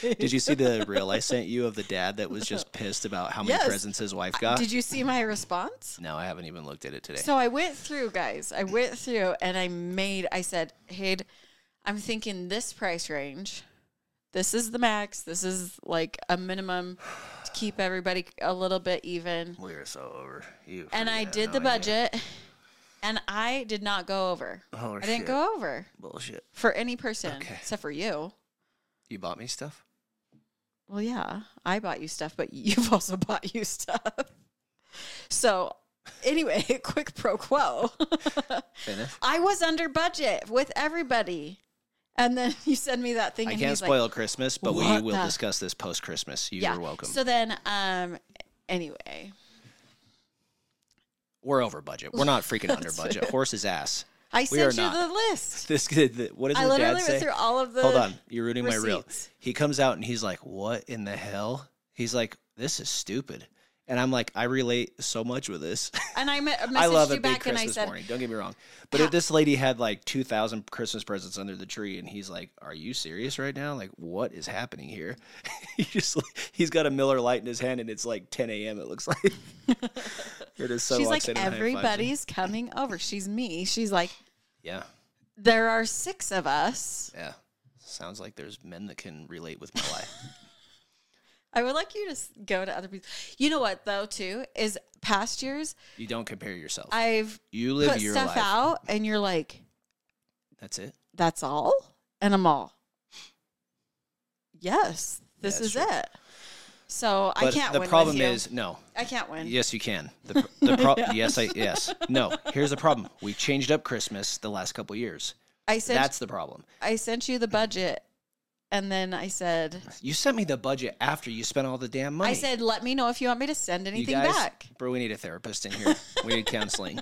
Speaker 2: Did you see the reel I sent you of the dad that was just pissed about how many
Speaker 4: Yes.
Speaker 2: presents his wife
Speaker 4: night.
Speaker 2: got?
Speaker 4: Did you see my response?
Speaker 2: no, I haven't even looked at it today.
Speaker 4: So I went through, guys. I went through and I made, I said, hey, I'm thinking this price range. This is the max. This is like a minimum to keep everybody a little bit even.
Speaker 2: we are so over you.
Speaker 4: And I
Speaker 2: freaking have
Speaker 4: did the
Speaker 2: no idea.
Speaker 4: budget and I did not go over.
Speaker 2: Oh,
Speaker 4: I didn't
Speaker 2: shit.
Speaker 4: go over
Speaker 2: Bullshit.
Speaker 4: for any person
Speaker 2: Okay.
Speaker 4: except for you.
Speaker 2: You bought me stuff?
Speaker 4: Well, yeah, I bought you stuff, but [laughs] you've also bought you stuff. So, anyway, [laughs] quick pro quo. [laughs]
Speaker 2: Finish.
Speaker 4: I was under budget with everybody. And then [laughs] you send me that thing.
Speaker 2: I
Speaker 4: and
Speaker 2: can't
Speaker 4: he's
Speaker 2: spoil
Speaker 4: Like,
Speaker 2: Christmas, but we
Speaker 4: "What
Speaker 2: will
Speaker 4: the-"
Speaker 2: discuss this post Christmas. You
Speaker 4: yeah.
Speaker 2: are welcome.
Speaker 4: So then, um, anyway,
Speaker 2: We're over budget. We're
Speaker 4: [laughs]
Speaker 2: not freaking under budget. Horse's ass. [laughs]
Speaker 4: I
Speaker 2: are
Speaker 4: sent you
Speaker 2: not.
Speaker 4: the
Speaker 2: [laughs]
Speaker 4: list.
Speaker 2: This kid, the- what does
Speaker 4: I
Speaker 2: the
Speaker 4: literally
Speaker 2: dad
Speaker 4: went
Speaker 2: say?
Speaker 4: through all of the.
Speaker 2: Hold on, you're ruining my reel.
Speaker 4: receipts.
Speaker 2: He comes out and he's like, "What in the hell?" He's like, "This is stupid," and I'm like, "I relate so much with this."
Speaker 4: [laughs]
Speaker 2: [laughs]
Speaker 4: And I me- messaged
Speaker 2: I love a
Speaker 4: you
Speaker 2: big
Speaker 4: back and I
Speaker 2: Christmas
Speaker 4: said,
Speaker 2: morning. Don't get me wrong, but if this lady had like two thousand Christmas presents under the tree, and he's like, "Are you serious right now? Like, what is happening here?" [laughs] he just he's got a Miller Light in his hand, and it's like ten a.m. It
Speaker 4: [laughs]
Speaker 2: looks like. it is so.
Speaker 4: She's like, everybody's coming over. She's me. She's like,
Speaker 2: Yeah,
Speaker 4: there are six of us.
Speaker 2: yeah. Sounds like there's men that can
Speaker 4: [laughs]
Speaker 2: relate with my life.
Speaker 4: I would like you to s- go to other people. You know what though, too, is past years
Speaker 2: you don't compare yourself.
Speaker 4: I've
Speaker 2: you live
Speaker 4: put
Speaker 2: your
Speaker 4: stuff
Speaker 2: life.
Speaker 4: out, and you're like,
Speaker 2: That's it.
Speaker 4: "That's all," and I'm all, "Yes, this
Speaker 2: Yeah,
Speaker 4: is
Speaker 2: true.
Speaker 4: it." So I
Speaker 2: But
Speaker 4: can't.
Speaker 2: the
Speaker 4: win with
Speaker 2: problem
Speaker 4: you.
Speaker 2: is no.
Speaker 4: I can't win.
Speaker 2: Yes, you can. The, pr- the
Speaker 4: [laughs]
Speaker 2: pro- yes, I yes. No, here's the problem. We changed up Christmas the last couple years.
Speaker 4: I sent
Speaker 2: That's the problem.
Speaker 4: I sent you the budget, and then I said,
Speaker 2: You sent me the budget after you spent all the damn money.
Speaker 4: "I said, let me know if you want me to send
Speaker 2: you
Speaker 4: anything
Speaker 2: guys,
Speaker 4: back."
Speaker 2: bro. We need a therapist in here. We
Speaker 4: [laughs]
Speaker 2: need counseling.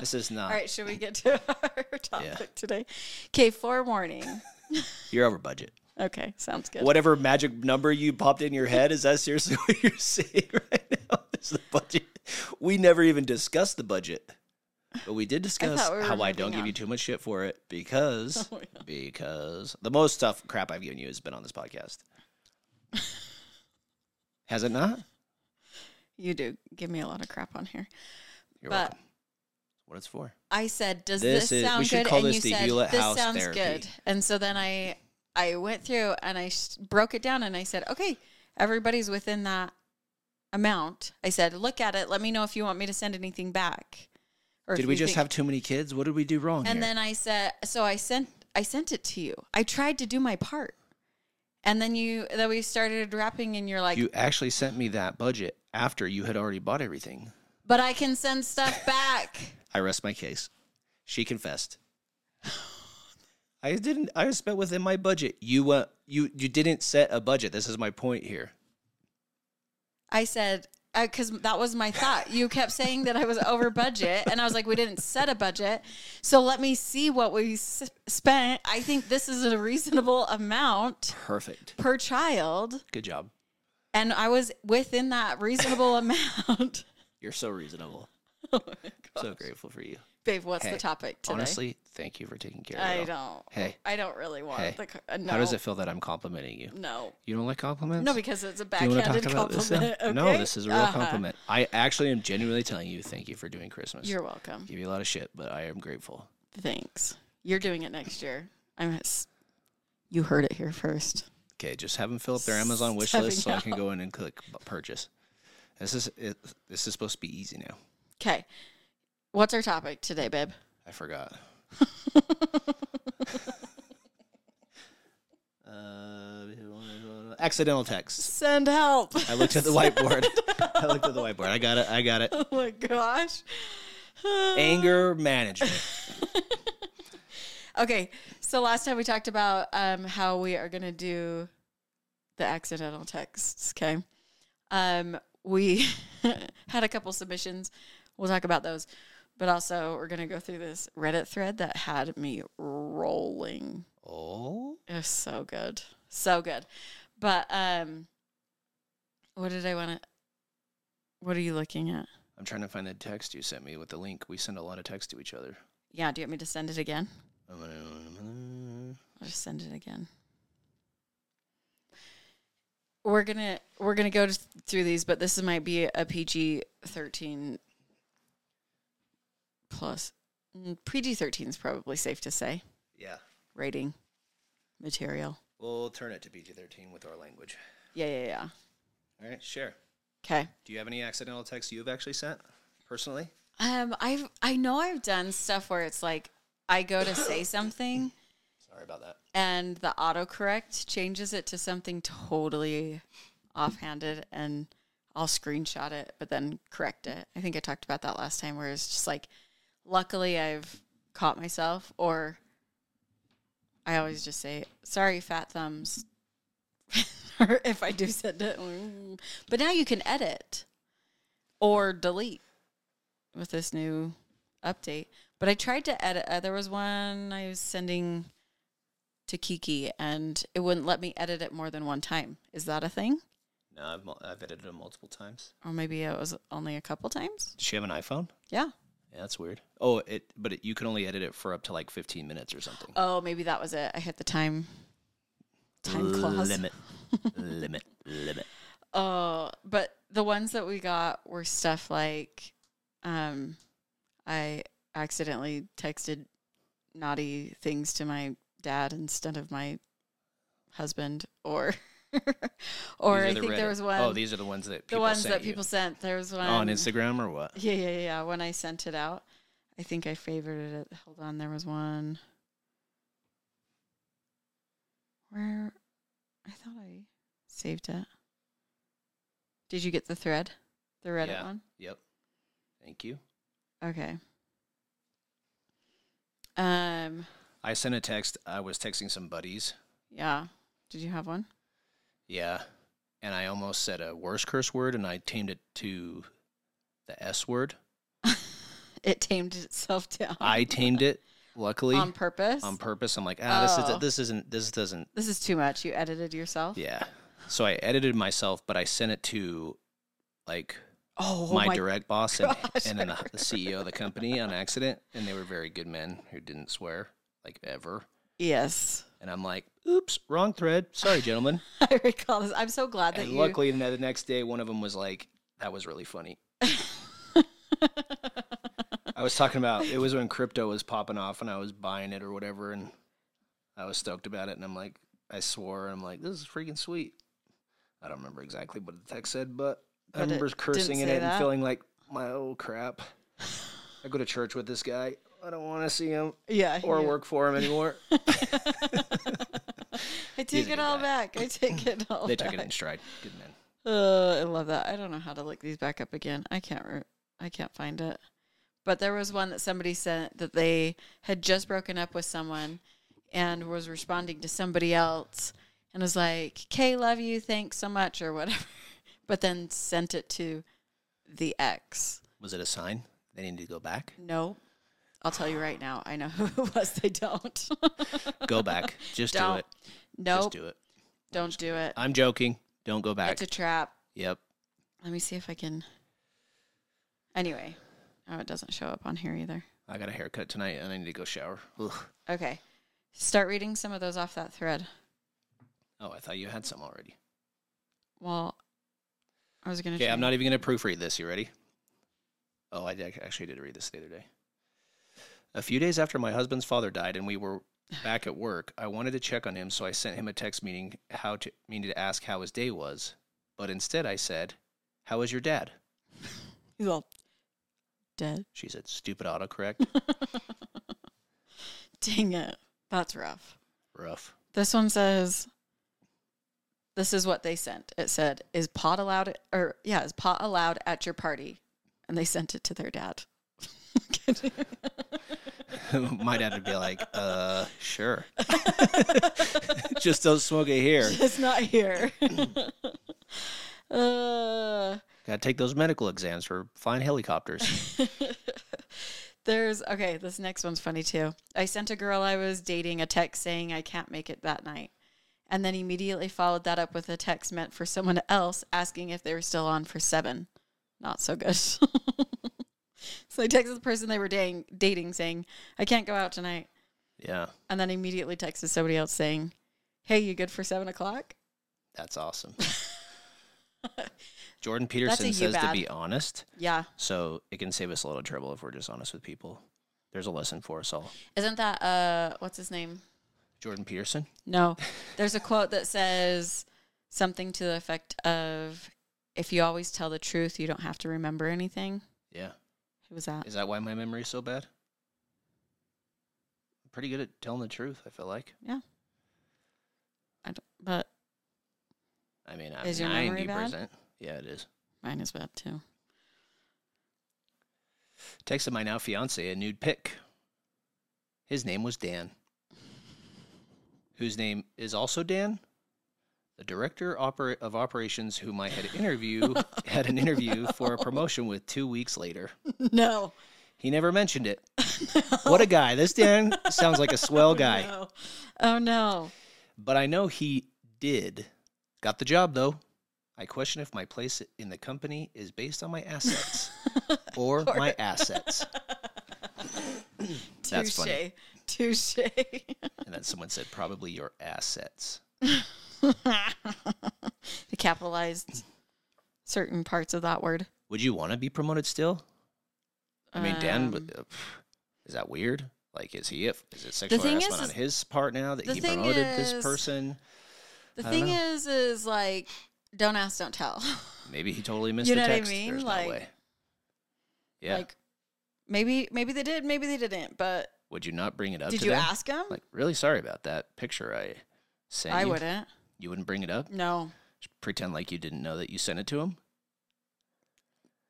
Speaker 2: This is not.
Speaker 4: All right, should we get to [laughs] our topic today? Okay, forewarning.
Speaker 2: [laughs] You're over budget.
Speaker 4: Okay, sounds good.
Speaker 2: Whatever magic number you popped in your head is that seriously [laughs] what you're saying right now? [laughs] Is the budget? We never even discussed the budget, but we did discuss
Speaker 4: we were
Speaker 2: how I don't
Speaker 4: moving
Speaker 2: give you
Speaker 4: on. Oh,
Speaker 2: too much shit for it
Speaker 4: [laughs]
Speaker 2: because because the most stuff crap I've given you has been on
Speaker 4: [laughs]
Speaker 2: this podcast. has it not?
Speaker 4: You do give me a lot of crap on here.
Speaker 2: You're
Speaker 4: But-
Speaker 2: welcome. That's what it's for.
Speaker 4: I said, "Does
Speaker 2: This
Speaker 4: this,
Speaker 2: is- we
Speaker 4: sound
Speaker 2: should
Speaker 4: good?"
Speaker 2: call
Speaker 4: and
Speaker 2: this
Speaker 4: you
Speaker 2: the
Speaker 4: said,
Speaker 2: Hewlett
Speaker 4: "This
Speaker 2: House
Speaker 4: sounds
Speaker 2: therapy.
Speaker 4: good." And so then I I went through and I sh- broke it down and I said, "Okay, everybody's within that amount." I said, "Look at it. Let me know if you want me to send anything back." Or if
Speaker 2: Did we
Speaker 4: you
Speaker 2: just
Speaker 4: think-
Speaker 2: have too many kids? What did we do wrong?
Speaker 4: And
Speaker 2: here?
Speaker 4: then I said, "So I sent I sent it to you. I tried to do my part." And then you then we started rapping and you're like,
Speaker 2: you actually sent me that budget after you had already bought everything.
Speaker 4: "But I can send stuff back."
Speaker 2: I rest my case. She confessed. [sighs] I didn't. I spent within my budget. You uh, you you didn't set a budget. This is my point here.
Speaker 4: I said, because that was my thought. You kept saying that I was over budget, and I was like, we didn't set a budget. So let me see what we s- spent. I think this is a reasonable amount
Speaker 2: Perfect.
Speaker 4: per child.
Speaker 2: Good job.
Speaker 4: And I was within that reasonable amount. [laughs]
Speaker 2: You're so reasonable. So grateful for you.
Speaker 4: Babe, what's
Speaker 2: Hey,
Speaker 4: the topic Oh today?
Speaker 2: Honestly, thank you for taking care of it.
Speaker 4: I
Speaker 2: all.
Speaker 4: don't.
Speaker 2: Hey.
Speaker 4: I don't really want
Speaker 2: Hey.
Speaker 4: the. c- Uh, no.
Speaker 2: How does it feel that I'm complimenting you?
Speaker 4: No.
Speaker 2: You don't like compliments?
Speaker 4: No, because it's a
Speaker 2: Do you want to
Speaker 4: backhanded
Speaker 2: talk about this? [laughs] now?
Speaker 4: compliment. okay?
Speaker 2: No, this is a real
Speaker 4: Uh-huh.
Speaker 2: compliment. I actually am genuinely telling you thank you for doing Christmas.
Speaker 4: You're welcome.
Speaker 2: Give you a lot of shit, but I am grateful.
Speaker 4: Thanks. You're doing it next year. I'm. s- You heard it here first.
Speaker 2: Okay, just have them fill up their Amazon wish list so I can go in and click bu- purchase. This is it, this is supposed to be easy now.
Speaker 4: Okay. What's our topic today, babe?
Speaker 2: I forgot. uh, [laughs] accidental texts.
Speaker 4: Send help. [laughs]
Speaker 2: I looked at the whiteboard. I looked at the whiteboard. I got it. I got it.
Speaker 4: oh my Oh gosh.
Speaker 2: Anger management.
Speaker 4: Okay, so last time we talked about um, how we are going to do the accidental texts. Okay, um, we [laughs] had a couple submissions. We'll talk about those, but also we're going to go through this Reddit thread that had me rolling.
Speaker 2: Oh,
Speaker 4: It was so good, so good. But um, what did I want to? What are you looking at?
Speaker 2: I'm trying to find the text you sent me with the link. We send a lot of text to each other.
Speaker 4: Yeah, do you want me to send it again? I'll just send it again. We're gonna we're gonna go just through these, but this might be a PG thirteen plus. PG thirteen is probably safe to say
Speaker 2: Yeah,
Speaker 4: rating material.
Speaker 2: we'll turn it to PG-13 with our language.
Speaker 4: Yeah, yeah, yeah.
Speaker 2: All right, share.
Speaker 4: Okay.
Speaker 2: Do you have any accidental texts you've actually sent personally?
Speaker 4: Um, I've I know I've done stuff where it's like I go to say something
Speaker 2: Sorry about that.
Speaker 4: and the autocorrect changes it to something totally offhanded and I'll screenshot it but then correct it. I think I talked about that last time where it's just like luckily I've caught myself or I always just say sorry fat thumbs [laughs] or if I do send it. mm. But now you can edit or delete with this new update. But I tried to edit uh, there was one I was sending to Kiki and it wouldn't let me edit it more than one time. Is that a thing?
Speaker 2: No, I've, mul- I've edited them multiple times.
Speaker 4: Or maybe it was only a couple times?
Speaker 2: Does she have an iPhone?
Speaker 4: Yeah.
Speaker 2: Yeah, that's weird. Oh, it but it, you can only edit it for up to like 15 minutes or something.
Speaker 4: Oh, maybe that was it. I hit the time [gasps] time clause.
Speaker 2: Limit. limit.
Speaker 4: [laughs]
Speaker 2: Limit.
Speaker 4: Oh, but the ones that we got were stuff like um I accidentally texted naughty things to my dad instead of my husband or [laughs] or I
Speaker 2: These are the
Speaker 4: think there
Speaker 2: Reddit-
Speaker 4: was one
Speaker 2: Oh, these are the ones that people
Speaker 4: the ones
Speaker 2: sent
Speaker 4: that
Speaker 2: you.
Speaker 4: people sent. There was one
Speaker 2: on Instagram
Speaker 4: [laughs]
Speaker 2: or what?
Speaker 4: Yeah, yeah, yeah. When I sent it out, I think I favorited it. Hold on, there was one. Where I thought I saved it. Did you get the thread? The Reddit
Speaker 2: Yeah.
Speaker 4: one?
Speaker 2: Yep. Thank you.
Speaker 4: Okay. Um,
Speaker 2: I sent a text. I was texting some buddies.
Speaker 4: yeah. Did you have one?
Speaker 2: Yeah. And I almost said a worse curse word and I tamed it to the S word.
Speaker 4: It tamed itself [laughs] down
Speaker 2: I tamed it, luckily,
Speaker 4: on
Speaker 2: on,
Speaker 4: purpose.
Speaker 2: purpose. I'm like, ah, this,
Speaker 4: Oh.
Speaker 2: is, this isn't, this doesn't,
Speaker 4: this is too much. You edited yourself?
Speaker 2: yeah. So I edited myself, but I sent it to like
Speaker 4: Oh,
Speaker 2: my,
Speaker 4: my
Speaker 2: direct boss and,
Speaker 4: [laughs] gosh,
Speaker 2: and then the,
Speaker 4: I
Speaker 2: the CEO of the company on accident. And they were very good men who didn't swear like ever.
Speaker 4: Yes. [laughs]
Speaker 2: And I'm like, oops, wrong thread. Sorry, gentlemen.
Speaker 4: I recall this. I'm so glad that
Speaker 2: and
Speaker 4: you
Speaker 2: luckily, the next day, one of them was like, that was really funny. I was talking about it was when crypto was popping off and I was buying it or whatever. And I was stoked about it. And I'm like, I swore. And I'm like, this is freaking sweet. I don't remember exactly what the text said, but,
Speaker 4: But
Speaker 2: I
Speaker 4: it
Speaker 2: remember
Speaker 4: didn't
Speaker 2: cursing in
Speaker 4: say
Speaker 2: it
Speaker 4: that?
Speaker 2: and feeling like, my oh crap. I go to church with this guy. I don't want to see him
Speaker 4: [laughs] Yeah.
Speaker 2: or
Speaker 4: yeah.
Speaker 2: work for
Speaker 4: [laughs]
Speaker 2: him anymore.
Speaker 4: I
Speaker 2: He's
Speaker 4: take
Speaker 2: a
Speaker 4: it
Speaker 2: good
Speaker 4: all
Speaker 2: guy.
Speaker 4: back. I take
Speaker 2: [laughs]
Speaker 4: it all
Speaker 2: they
Speaker 4: back.
Speaker 2: took it in stride. Good man.
Speaker 4: Uh, I love that. I don't know how to look these back up again. I can't. Re- I can't find it. But there was one that somebody sent that they had just broken up with someone, and was responding to somebody else, and was like, "Kay, love you. Thanks so much," or whatever. [laughs] But then sent it to the ex.
Speaker 2: Was it a sign? They need to go back?
Speaker 4: No, I'll tell you right now. I know who it was. They don't.
Speaker 2: Go back. Just do
Speaker 4: Don't.
Speaker 2: it. Just
Speaker 4: [laughs] nope.
Speaker 2: do it.
Speaker 4: Don't do it.
Speaker 2: I'm joking. Don't go back.
Speaker 4: It's a trap.
Speaker 2: yep.
Speaker 4: Let me see if I can. Anyway, oh, it doesn't show up on here either.
Speaker 2: I got a haircut tonight and I need to go shower. Ugh.
Speaker 4: Okay, start reading some of those off that thread.
Speaker 2: Oh, I thought you had some already.
Speaker 4: Well, I was gonna.
Speaker 2: Okay,
Speaker 4: try-
Speaker 2: I'm not even going to proofread this. You ready? Oh, I did, actually did read this the other day. A few days after my husband's father died and we were back at work, I wanted to check on him, so I sent him a text meaning how to meaning to ask how his day was. But instead, I said, "How is your dad?"
Speaker 4: He's all dead.
Speaker 2: She said, "Stupid autocorrect,
Speaker 4: Dang it, that's rough.
Speaker 2: rough." [laughs]
Speaker 4: This one says. This is what they sent. It said, "Is pot allowed?" Or yeah, is pot allowed at your party? And they sent it to their dad.
Speaker 2: My dad would be like, uh, sure. [laughs] Just don't smoke it here.
Speaker 4: [laughs] It's not here. uh,
Speaker 2: Gotta take those medical exams for flying helicopters.
Speaker 4: there's okay. This next one's funny too. I sent a girl I was dating a text saying I can't make it that night, and then immediately followed that up with a text meant for someone else asking if they were still on for seven. Not so good. [laughs] so I texted the person they were dating, dating saying I can't go out tonight,
Speaker 2: Yeah,
Speaker 4: and then immediately texted somebody else saying, "Hey, you good for seven o'clock?" [laughs]
Speaker 2: that's awesome. Jordan Peterson
Speaker 4: you
Speaker 2: says to
Speaker 4: bad.
Speaker 2: be honest,
Speaker 4: Yeah.
Speaker 2: so it can save us a lot of trouble if we're just honest with people. There's a lesson for us all.
Speaker 4: Isn't that uh what's his name?
Speaker 2: Jordan Peterson?
Speaker 4: No. There's a quote that says something to the effect of if you always tell the truth, you don't have to remember anything.
Speaker 2: Yeah.
Speaker 4: Who was that?
Speaker 2: Is that why my memory's so bad? I'm pretty good at telling the truth, I feel like.
Speaker 4: I don't, but
Speaker 2: I mean, I'm
Speaker 4: Is your memory
Speaker 2: 90%.
Speaker 4: bad?
Speaker 2: Yeah, it is.
Speaker 4: mine is bad too.
Speaker 2: Texted my now fiance a nude pic. His name was Dan, whose name is also Dan. The director oper- of operations, whom I had interview had an interview for a promotion with two weeks later.
Speaker 4: [laughs] No.
Speaker 2: He never mentioned it. What a guy! This Dan sounds like a swell guy.
Speaker 4: No. Oh no.
Speaker 2: But I know he did. Got the job though. I question if my place in the company is based on my assets or my assets. That's funny.
Speaker 4: Touche. [laughs]
Speaker 2: And then someone said probably your assets.
Speaker 4: they capitalized certain parts of that word.
Speaker 2: Would you want to be promoted still? I mean,
Speaker 4: Um,
Speaker 2: Dan, w- uh, pff, is that weird? Like, is he? If, is it sexual
Speaker 4: thing is-
Speaker 2: harassment
Speaker 4: is-
Speaker 2: on his part now that
Speaker 4: the
Speaker 2: he
Speaker 4: thing
Speaker 2: promoted this
Speaker 4: is-
Speaker 2: person?
Speaker 4: The
Speaker 2: I don't
Speaker 4: thing
Speaker 2: know.
Speaker 4: is, is like, don't ask, don't tell.
Speaker 2: Maybe he totally missed
Speaker 4: You
Speaker 2: the
Speaker 4: know what I
Speaker 2: text.
Speaker 4: mean?
Speaker 2: There's
Speaker 4: Like-
Speaker 2: no way.
Speaker 4: [laughs]
Speaker 2: Yeah.
Speaker 4: Like, maybe, maybe they did, maybe they didn't. But
Speaker 2: Would you not bring it up?
Speaker 4: did
Speaker 2: to
Speaker 4: you
Speaker 2: them?
Speaker 4: ask him?
Speaker 2: Like, really sorry about that picture I sent
Speaker 4: I
Speaker 2: you.
Speaker 4: wouldn't.
Speaker 2: You wouldn't bring it up?
Speaker 4: No,
Speaker 2: Just pretend like you didn't know that you sent it to him?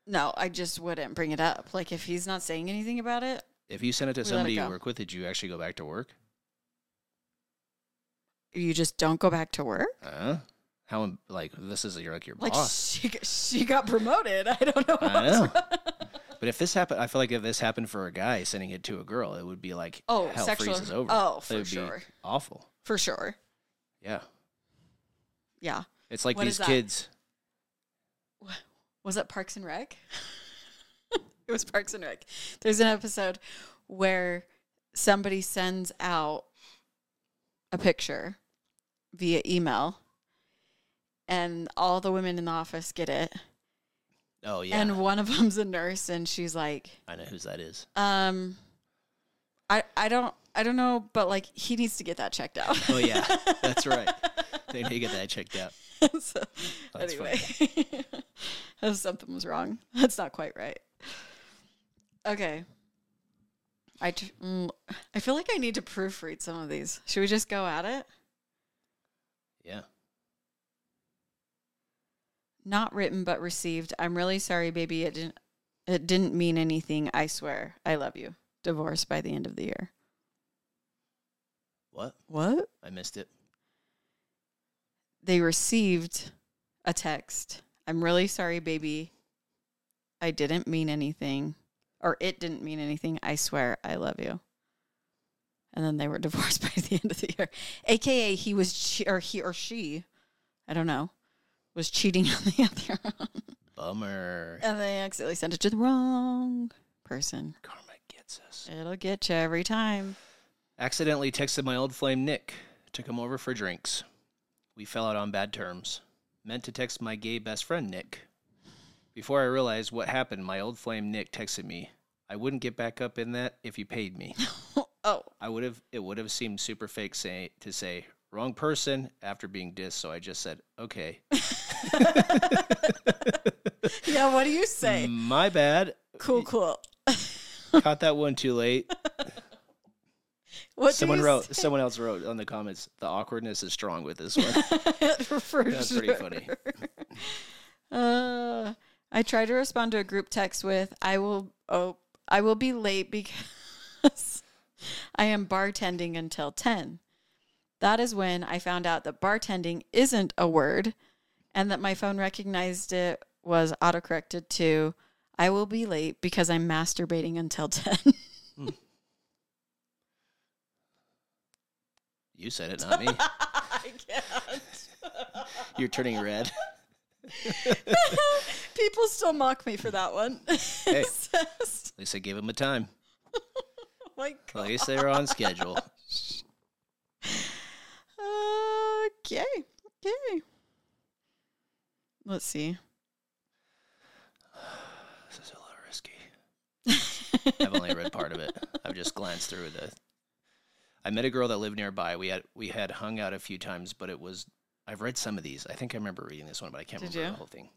Speaker 4: no, I just wouldn't bring it up. Like, if he's not saying anything about it,
Speaker 2: If you sent it to
Speaker 4: We let it
Speaker 2: somebody you
Speaker 4: go.
Speaker 2: work with, did you actually go back to work?
Speaker 4: you just don't go back to work.
Speaker 2: Huh? How, im- like, this is your, like your
Speaker 4: Like,
Speaker 2: boss.
Speaker 4: she, g- she got promoted. I don't know.
Speaker 2: I
Speaker 4: what's
Speaker 2: know.
Speaker 4: wrong.
Speaker 2: But if this happened, I feel like if this happened for a guy sending it to a girl, it would be like
Speaker 4: Oh,
Speaker 2: hell
Speaker 4: sexual-
Speaker 2: freezes over.
Speaker 4: oh,
Speaker 2: It
Speaker 4: for
Speaker 2: would be
Speaker 4: sure.
Speaker 2: awful.
Speaker 4: [laughs] For sure.
Speaker 2: Yeah,
Speaker 4: Yeah.
Speaker 2: it's like
Speaker 4: What
Speaker 2: these
Speaker 4: is that?
Speaker 2: kids.
Speaker 4: was it Parks and Rec? [laughs] it was Parks and Rec. There's an episode where somebody sends out a picture via email and all the women in the office get it.
Speaker 2: Oh yeah,
Speaker 4: And one of them's a nurse and she's like,
Speaker 2: I know whose that is.
Speaker 4: um I I don't I don't know, but like he needs to get that checked out.
Speaker 2: Oh yeah, that's right. They need to get that checked out.
Speaker 4: [laughs] so,
Speaker 2: That's
Speaker 4: anyway, [laughs] something was wrong. That's not quite right. Okay. I, tr- mm, I feel like I need to proofread some of these. Should we just go at it?
Speaker 2: Yeah.
Speaker 4: Not written but received. I'm really sorry, baby. It didn't it didn't mean anything. I swear. I love you. Divorce by the end of the year.
Speaker 2: What?
Speaker 4: What?
Speaker 2: I missed it.
Speaker 4: They received a text. I'm really sorry, baby. I didn't mean anything, or it didn't mean anything. I swear, I love you. And then they were [laughs] divorced by the end of the year. AKA, he was, che- or he or she, I don't know, was cheating on the [laughs] other.
Speaker 2: Bummer.
Speaker 4: and they accidentally sent it to the wrong person.
Speaker 2: Karma gets us.
Speaker 4: It'll get you every time. [laughs]
Speaker 2: Accidentally texted my old flame Nick. Took him over for drinks. We fell out on bad terms. Meant to text my gay best friend Nick. Before I realized what happened, my old flame Nick texted me. I wouldn't get back up in that if you paid
Speaker 4: [laughs]
Speaker 2: me.
Speaker 4: Oh,
Speaker 2: I would have it would have seemed super fake say, to say wrong person after being dissed, so I just said, "Okay,
Speaker 4: yeah. What do you [laughs] say?
Speaker 2: my bad.
Speaker 4: Cool, cool.
Speaker 2: Caught that one
Speaker 4: [laughs]
Speaker 2: too late."
Speaker 4: What do
Speaker 2: someone
Speaker 4: you
Speaker 2: wrote
Speaker 4: [laughs] say?
Speaker 2: someone else wrote on the comments, "The awkwardness is strong with this one." [laughs]
Speaker 4: For
Speaker 2: That's
Speaker 4: [laughs]
Speaker 2: pretty
Speaker 4: sure.
Speaker 2: funny.
Speaker 4: Uh, I tried to respond to a group text with "I will oh I will be late because [laughs] I am bartending until 10. That is when I found out that bartending isn't a word and that my phone recognized it was autocorrected to I will be late because I'm masturbating until [laughs] 10.
Speaker 2: You said it, not me.
Speaker 4: [laughs] I can't.
Speaker 2: You're turning
Speaker 4: [laughs]
Speaker 2: red.
Speaker 4: People still mock me for that one. [laughs] It says-
Speaker 2: At least I gave him a time.
Speaker 4: oh my
Speaker 2: At
Speaker 4: God.
Speaker 2: least they were
Speaker 4: [laughs]
Speaker 2: on schedule.
Speaker 4: Okay. Okay. Let's see. [laughs]
Speaker 2: This is a little risky. I've only read part of it. I've just glanced through the. I met a girl that lived nearby. We had we had hung out a few times, but it was. I've read some of these. I think I remember reading this one, but I can't
Speaker 4: Did
Speaker 2: remember
Speaker 4: you?
Speaker 2: the whole thing.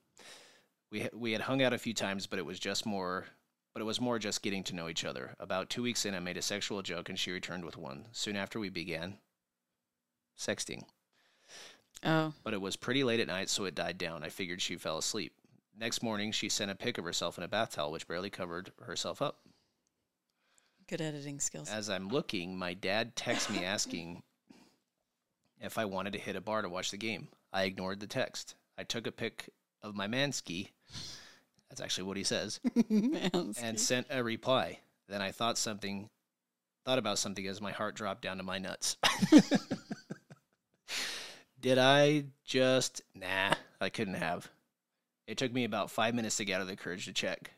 Speaker 2: We ha- we had hung out a few times, but it was just more. But it was more just getting to know each other. About two weeks in, I made a sexual joke, and she returned with one. Soon after, we began sexting
Speaker 4: Oh.
Speaker 2: but it was pretty late at night, so it died down. I figured she fell asleep. Next morning, she sent a pic of herself in a bath towel, which barely covered herself up.
Speaker 4: Good editing skills.
Speaker 2: As I'm looking, my dad texts me asking if I wanted to hit a bar to watch the game. I ignored the text. I took a pic of my manski. That's actually what he says,
Speaker 4: [laughs]
Speaker 2: and sent a reply. Then I thought something, thought about something as my heart dropped down to my nuts. [laughs] Did I just? Nah, I couldn't have. It took me about five minutes to gather the courage to check.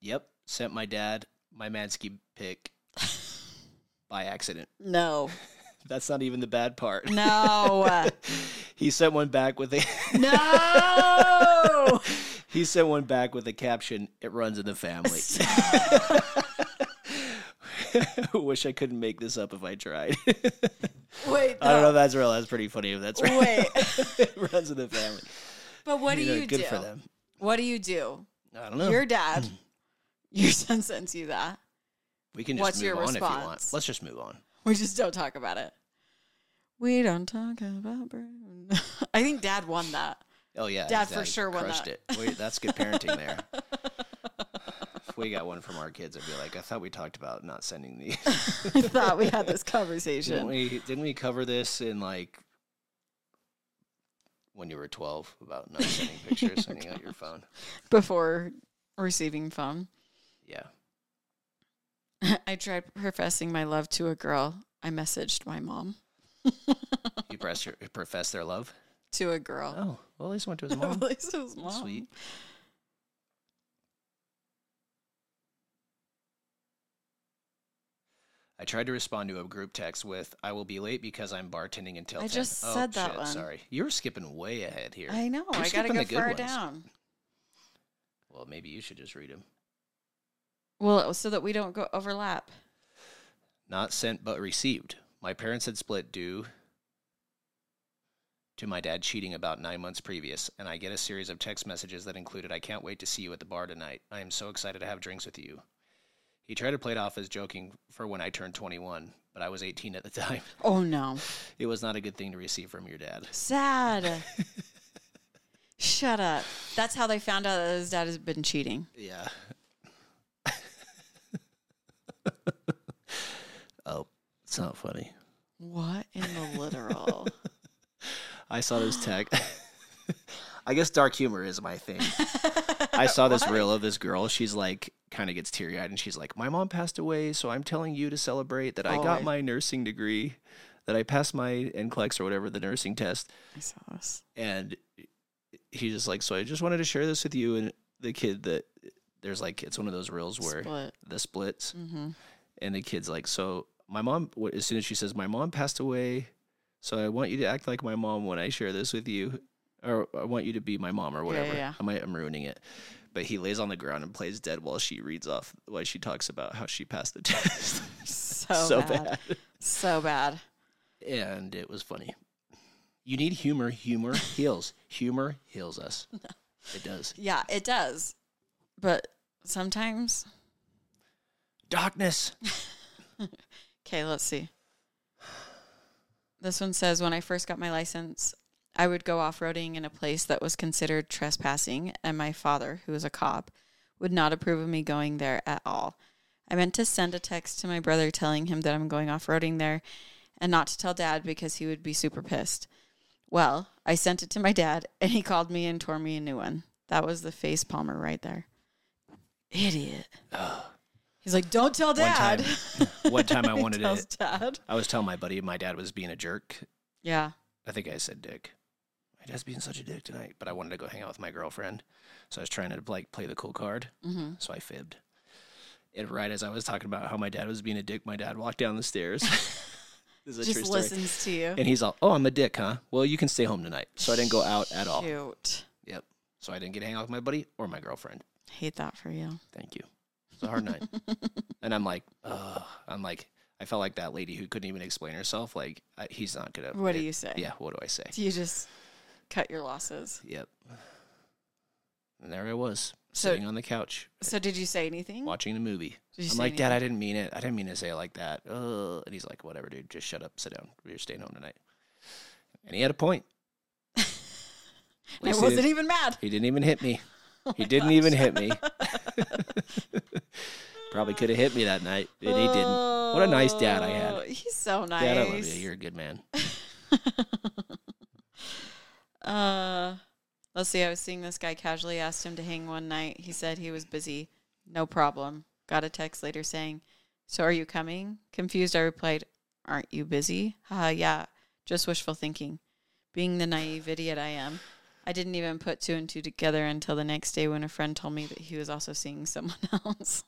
Speaker 2: Yep, sent my dad my Mansky pic by accident.
Speaker 4: [laughs] no.
Speaker 2: That's not even the bad part.
Speaker 4: [laughs]
Speaker 2: [laughs]
Speaker 4: No.
Speaker 2: He sent one back with a [laughs]
Speaker 4: no.
Speaker 2: he sent one back with a caption. It runs in
Speaker 4: [laughs]
Speaker 2: the family. [laughs] Wish I couldn't make this up if I tried.
Speaker 4: [laughs]
Speaker 2: [laughs]
Speaker 4: Wait.
Speaker 2: I don't know
Speaker 4: no.
Speaker 2: if that's real. That's pretty funny
Speaker 4: [laughs]
Speaker 2: if that's real.
Speaker 4: Wait.
Speaker 2: it [laughs] runs in the family.
Speaker 4: But what do
Speaker 2: know,
Speaker 4: you
Speaker 2: good
Speaker 4: do?
Speaker 2: for them.
Speaker 4: What do you do?
Speaker 2: I don't know.
Speaker 4: Your [clears throat] dad, your son sends you that.
Speaker 2: we can just
Speaker 4: what's
Speaker 2: move
Speaker 4: your
Speaker 2: on if you want.
Speaker 4: response?
Speaker 2: Let's just move on.
Speaker 4: We just don't talk about it. We don't talk about Brown. I think dad won that.
Speaker 2: Oh yeah,
Speaker 4: Dad
Speaker 2: his
Speaker 4: for sure won
Speaker 2: crushed
Speaker 4: that.
Speaker 2: it. Wait, that's good parenting there.
Speaker 4: [laughs]
Speaker 2: if we got one from our kids, I'd be like, I thought we talked about not sending these.
Speaker 4: [laughs] I thought we [laughs] had this
Speaker 2: didn't
Speaker 4: conversation.
Speaker 2: we? Didn't we cover this in like when you were twelve about
Speaker 4: [laughs]
Speaker 2: not sending pictures, sending out your phone?
Speaker 4: before receiving phone. [laughs]
Speaker 2: Yeah,
Speaker 4: I tried professing my love to a girl. I messaged my mom
Speaker 2: you press your, profess their love.
Speaker 4: to a girl.
Speaker 2: Oh, well, at least
Speaker 4: [laughs]
Speaker 2: it went to his mom.
Speaker 4: Lisa's mom.
Speaker 2: Sweet. I tried to respond to a group text with "I will be late because I'm bartending until."
Speaker 4: I
Speaker 2: 10."
Speaker 4: just
Speaker 2: Oh,
Speaker 4: said that
Speaker 2: shit,
Speaker 4: one.
Speaker 2: Sorry, you're skipping way ahead here.
Speaker 4: I know.
Speaker 2: You're
Speaker 4: I gotta
Speaker 2: skipping
Speaker 4: go
Speaker 2: the good
Speaker 4: far
Speaker 2: ones.
Speaker 4: down.
Speaker 2: Well, maybe you should just read them.
Speaker 4: Well, so that we don't go overlap.
Speaker 2: Not sent but received. My parents had split due to my dad cheating about nine months previous, and I get a series of text messages that included, I can't wait to see you at the bar tonight. I am so excited to have drinks with you. He tried to play it off as joking for when I turned 21, but I was 18 at the [laughs] time.
Speaker 4: Oh no.
Speaker 2: It was not a good thing to receive from your dad.
Speaker 4: [laughs] Sad. Shut up. That's how they found out that his dad has been cheating.
Speaker 2: Yeah. [laughs] oh, it's not funny.
Speaker 4: What in the [laughs] literal?
Speaker 2: I saw this [laughs] tag. I guess dark humor is my thing. I saw this reel of this girl. She's like, kind of gets teary eyed, and she's like, "My mom passed away, so I'm telling you to celebrate that I got
Speaker 4: Oh.
Speaker 2: my nursing degree, that I passed my NCLEX or whatever the nursing test."
Speaker 4: I saw this.
Speaker 2: And he's just like, "So I just wanted to share this with you and the kid that there's like, it's one of those reels where
Speaker 4: Split.
Speaker 2: the splits,
Speaker 4: Mm-hmm.
Speaker 2: and the kid's like, so my mom, wh- as soon as she says, my mom passed away, so I want you to act like my mom when I share this with you, or I want you to be my mom or
Speaker 4: Yeah, yeah,
Speaker 2: whatever.
Speaker 4: yeah.
Speaker 2: I might, I'm ruining it. But he lays on the ground and plays dead while she reads off, while she talks about how she passed the [laughs] test
Speaker 4: So,
Speaker 2: so
Speaker 4: bad.
Speaker 2: bad.
Speaker 4: So bad.
Speaker 2: And it was funny. You need humor. Humor heals. Humor
Speaker 4: [laughs]
Speaker 2: heals us. It does.
Speaker 4: Yeah, it does. But sometimes
Speaker 2: Darkness.
Speaker 4: Okay, let's see. This one says when I first got my license, I would go off roading in a place that was considered trespassing, and my father, who was a cop, would not approve of me going there at all. I meant to send a text to my brother telling him that I'm going off roading there and not to tell dad because he would be super pissed. Well, I sent it to my dad and he called me and tore me a new one. That was the face palmer right there. Idiot. He's like, don't tell dad.
Speaker 2: One
Speaker 4: [laughs]
Speaker 2: time, one time I
Speaker 4: He
Speaker 2: wanted
Speaker 4: tells
Speaker 2: it.
Speaker 4: dad.
Speaker 2: I was telling my buddy my dad was being a jerk.
Speaker 4: Yeah.
Speaker 2: I think I said dick. My dad's being such a dick tonight, but I wanted to go hang out with my girlfriend, so I was trying to like play the cool card.
Speaker 4: hmm
Speaker 2: So I fibbed. And right as I was talking about how my dad was being a dick, my dad walked down
Speaker 4: [laughs]
Speaker 2: the stairs. [laughs] this is a true
Speaker 4: Just
Speaker 2: story.
Speaker 4: listens to you.
Speaker 2: And he's all, "Oh, I'm a dick, huh? Well, you can stay home tonight." So I didn't go out at all.
Speaker 4: Shoot.
Speaker 2: Yep. So I didn't get to hang out with my buddy or my girlfriend.
Speaker 4: Hate that for you.
Speaker 2: Thank you. It's a hard night.
Speaker 4: [laughs]
Speaker 2: And I'm like, Ugh. I'm like, I felt like that lady who couldn't even explain herself. Like, I, he's not gonna.
Speaker 4: What do
Speaker 2: it-
Speaker 4: you say?
Speaker 2: Yeah. What do I say?
Speaker 4: Do you just cut your losses?
Speaker 2: Yep. And there I was
Speaker 4: So-
Speaker 2: sitting on the couch
Speaker 4: So did you say anything?
Speaker 2: watching a movie.
Speaker 4: Did you
Speaker 2: I'm
Speaker 4: say
Speaker 2: like, Dad, I
Speaker 4: anything?
Speaker 2: didn't mean it. I didn't mean to say it like that. Ugh. And he's like, Whatever, dude. Just shut up. Sit down. You're staying home tonight. And he had
Speaker 4: [laughs]
Speaker 2: a point. At
Speaker 4: And
Speaker 2: least
Speaker 4: I
Speaker 2: he
Speaker 4: wasn't
Speaker 2: didn't-
Speaker 4: even mad.
Speaker 2: He didn't even hit me.
Speaker 4: [laughs] Oh
Speaker 2: He
Speaker 4: my
Speaker 2: didn't
Speaker 4: gosh.
Speaker 2: even hit
Speaker 4: [laughs]
Speaker 2: me. Probably could have hit me that night, and he didn't. What a nice dad I had.
Speaker 4: Oh, He's so Oh, nice.
Speaker 2: Dad, I love you. You're a good man.
Speaker 4: uh, let's see. I was seeing this guy casually asked him to hang one night. He said he was busy. No problem. Got a text later saying, "So are you coming?" Confused, I replied, "Aren't you busy?" Haha, yeah. Just wishful thinking. Being the naive idiot I am, I didn't even put two and two together until the next day when a friend told me that he was also seeing someone [laughs] else.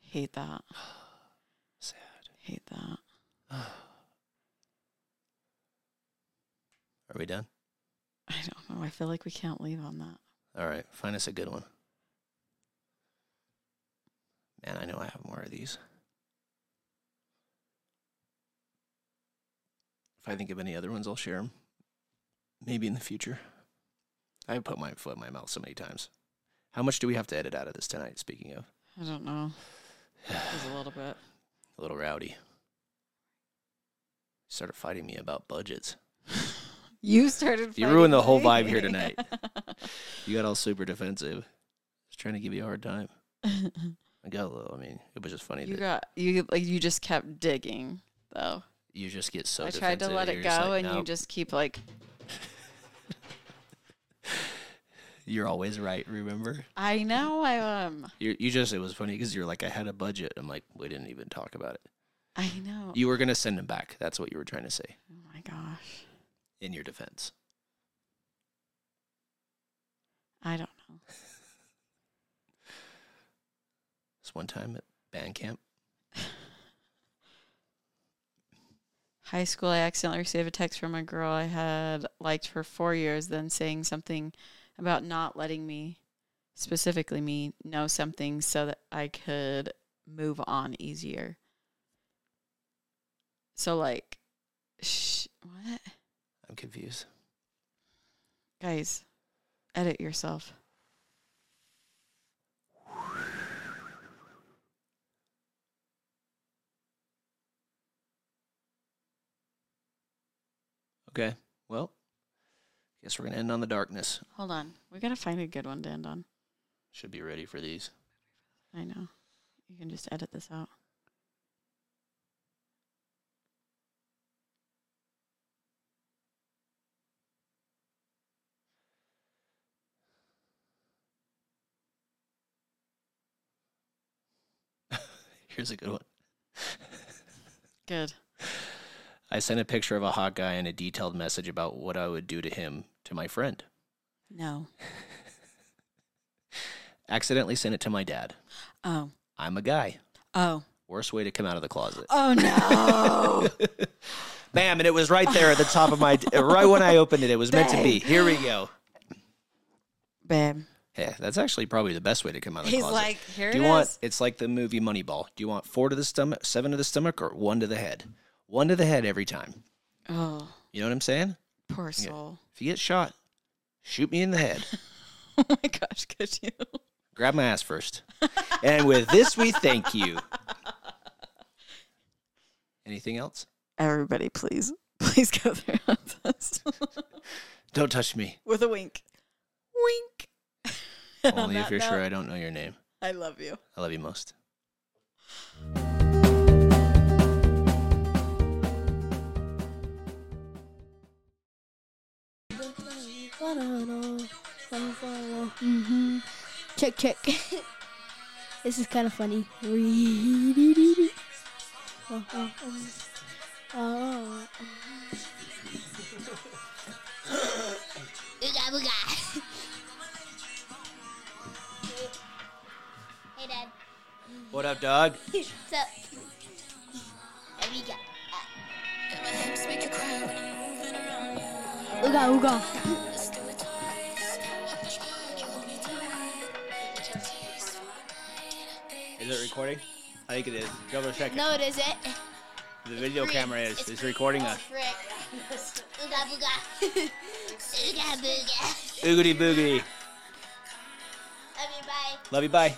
Speaker 4: Hate that.
Speaker 2: Sad.
Speaker 4: Hate that.
Speaker 2: Are we done?
Speaker 4: I don't know. I feel like we can't leave on that.
Speaker 2: All right. Find us a good one. Man, I know I have more of these. If I think of any other ones, I'll share them. Maybe in the future. I put my foot in my mouth so many times. How much do we have to edit out of this tonight? Speaking of,
Speaker 4: I don't know. It was a little bit.
Speaker 2: a little rowdy. started fighting me about budgets.
Speaker 4: You started.
Speaker 2: You ruined the whole
Speaker 4: fighting
Speaker 2: vibe here
Speaker 4: me.
Speaker 2: tonight. You got all super defensive. I was trying to give you a hard time.
Speaker 4: [laughs]
Speaker 2: I got a little. I mean, it was just funny
Speaker 4: you
Speaker 2: that
Speaker 4: got you like you just kept digging though.
Speaker 2: you just get so.
Speaker 4: I tried to
Speaker 2: defensive,
Speaker 4: let
Speaker 2: you're
Speaker 4: it go,
Speaker 2: just like,
Speaker 4: and you
Speaker 2: "Nope,
Speaker 4: just keep like
Speaker 2: You're always right. Remember,
Speaker 4: I know I um, am.
Speaker 2: you you just it was funny because you're like I had a budget. I'm like we didn't even talk about it.
Speaker 4: I know.
Speaker 2: You were gonna send him back. That's what you were trying to say
Speaker 4: oh my gosh,
Speaker 2: in your defense.
Speaker 4: I don't know.
Speaker 2: This one time at band camp.
Speaker 4: High school, I accidentally received a text from a girl I had liked for four years, then saying something about not letting me, specifically me, know something so that I could move on easier. So like, sh- what?
Speaker 2: I'm confused.
Speaker 4: Guys, edit yourself.
Speaker 2: Okay. Well, guess we're gonna end on the darkness.
Speaker 4: Hold on. We got to find a good one to end on.
Speaker 2: Should be ready for these.
Speaker 4: I know. You can just edit this out.
Speaker 2: Here's a good one.
Speaker 4: Good.
Speaker 2: I sent a picture of a hot guy and a detailed message about what I would do to him to my friend.
Speaker 4: No.
Speaker 2: Accidentally sent it to my dad.
Speaker 4: Oh.
Speaker 2: I'm a guy.
Speaker 4: Oh.
Speaker 2: Worst way to come out of the closet.
Speaker 4: Oh [laughs] no.
Speaker 2: Bam, and it was right there at the top
Speaker 4: [laughs]
Speaker 2: of my right when I opened it. It was meant to be. Here we go.
Speaker 4: Babe.
Speaker 2: Yeah, that's actually probably the best way to come out of the
Speaker 4: He's
Speaker 2: closet.
Speaker 4: like, here
Speaker 2: do
Speaker 4: it
Speaker 2: you want
Speaker 4: is.
Speaker 2: it's like the movie Moneyball. Do you want four to the stomach, seven to the stomach, or one to the head? One to the head every time.
Speaker 4: Oh,
Speaker 2: You know what I'm saying?
Speaker 4: poor soul.
Speaker 2: If you get shot, shoot me in the head.
Speaker 4: [laughs] Oh my gosh, could you?
Speaker 2: Grab my ass first. and with this we thank you. Anything else?
Speaker 4: Everybody, please, please go there [laughs] on this
Speaker 2: Don't touch
Speaker 4: [laughs]
Speaker 2: me.
Speaker 4: with a wink. Wink. And on
Speaker 2: Only if
Speaker 4: that
Speaker 2: you're sure
Speaker 4: [laughs] note,
Speaker 2: I don't know your name.
Speaker 4: I love you.
Speaker 2: I love you most.
Speaker 5: Mm-hmm. [laughs] Check, check. this is kind of funny. [laughs]
Speaker 3: Ooga booga. hey, Dad.
Speaker 2: What up, dog?
Speaker 3: What's up? There we go.
Speaker 5: Ooga, ooga.
Speaker 2: Is it recording? I think it is. Double check.
Speaker 3: No, it isn't.
Speaker 2: The video camera is. It's, recording us.
Speaker 3: Frick. Ooga booga. Ooga booga.
Speaker 2: Oogity boogity.
Speaker 3: Love you, bye.
Speaker 2: Love you. Bye.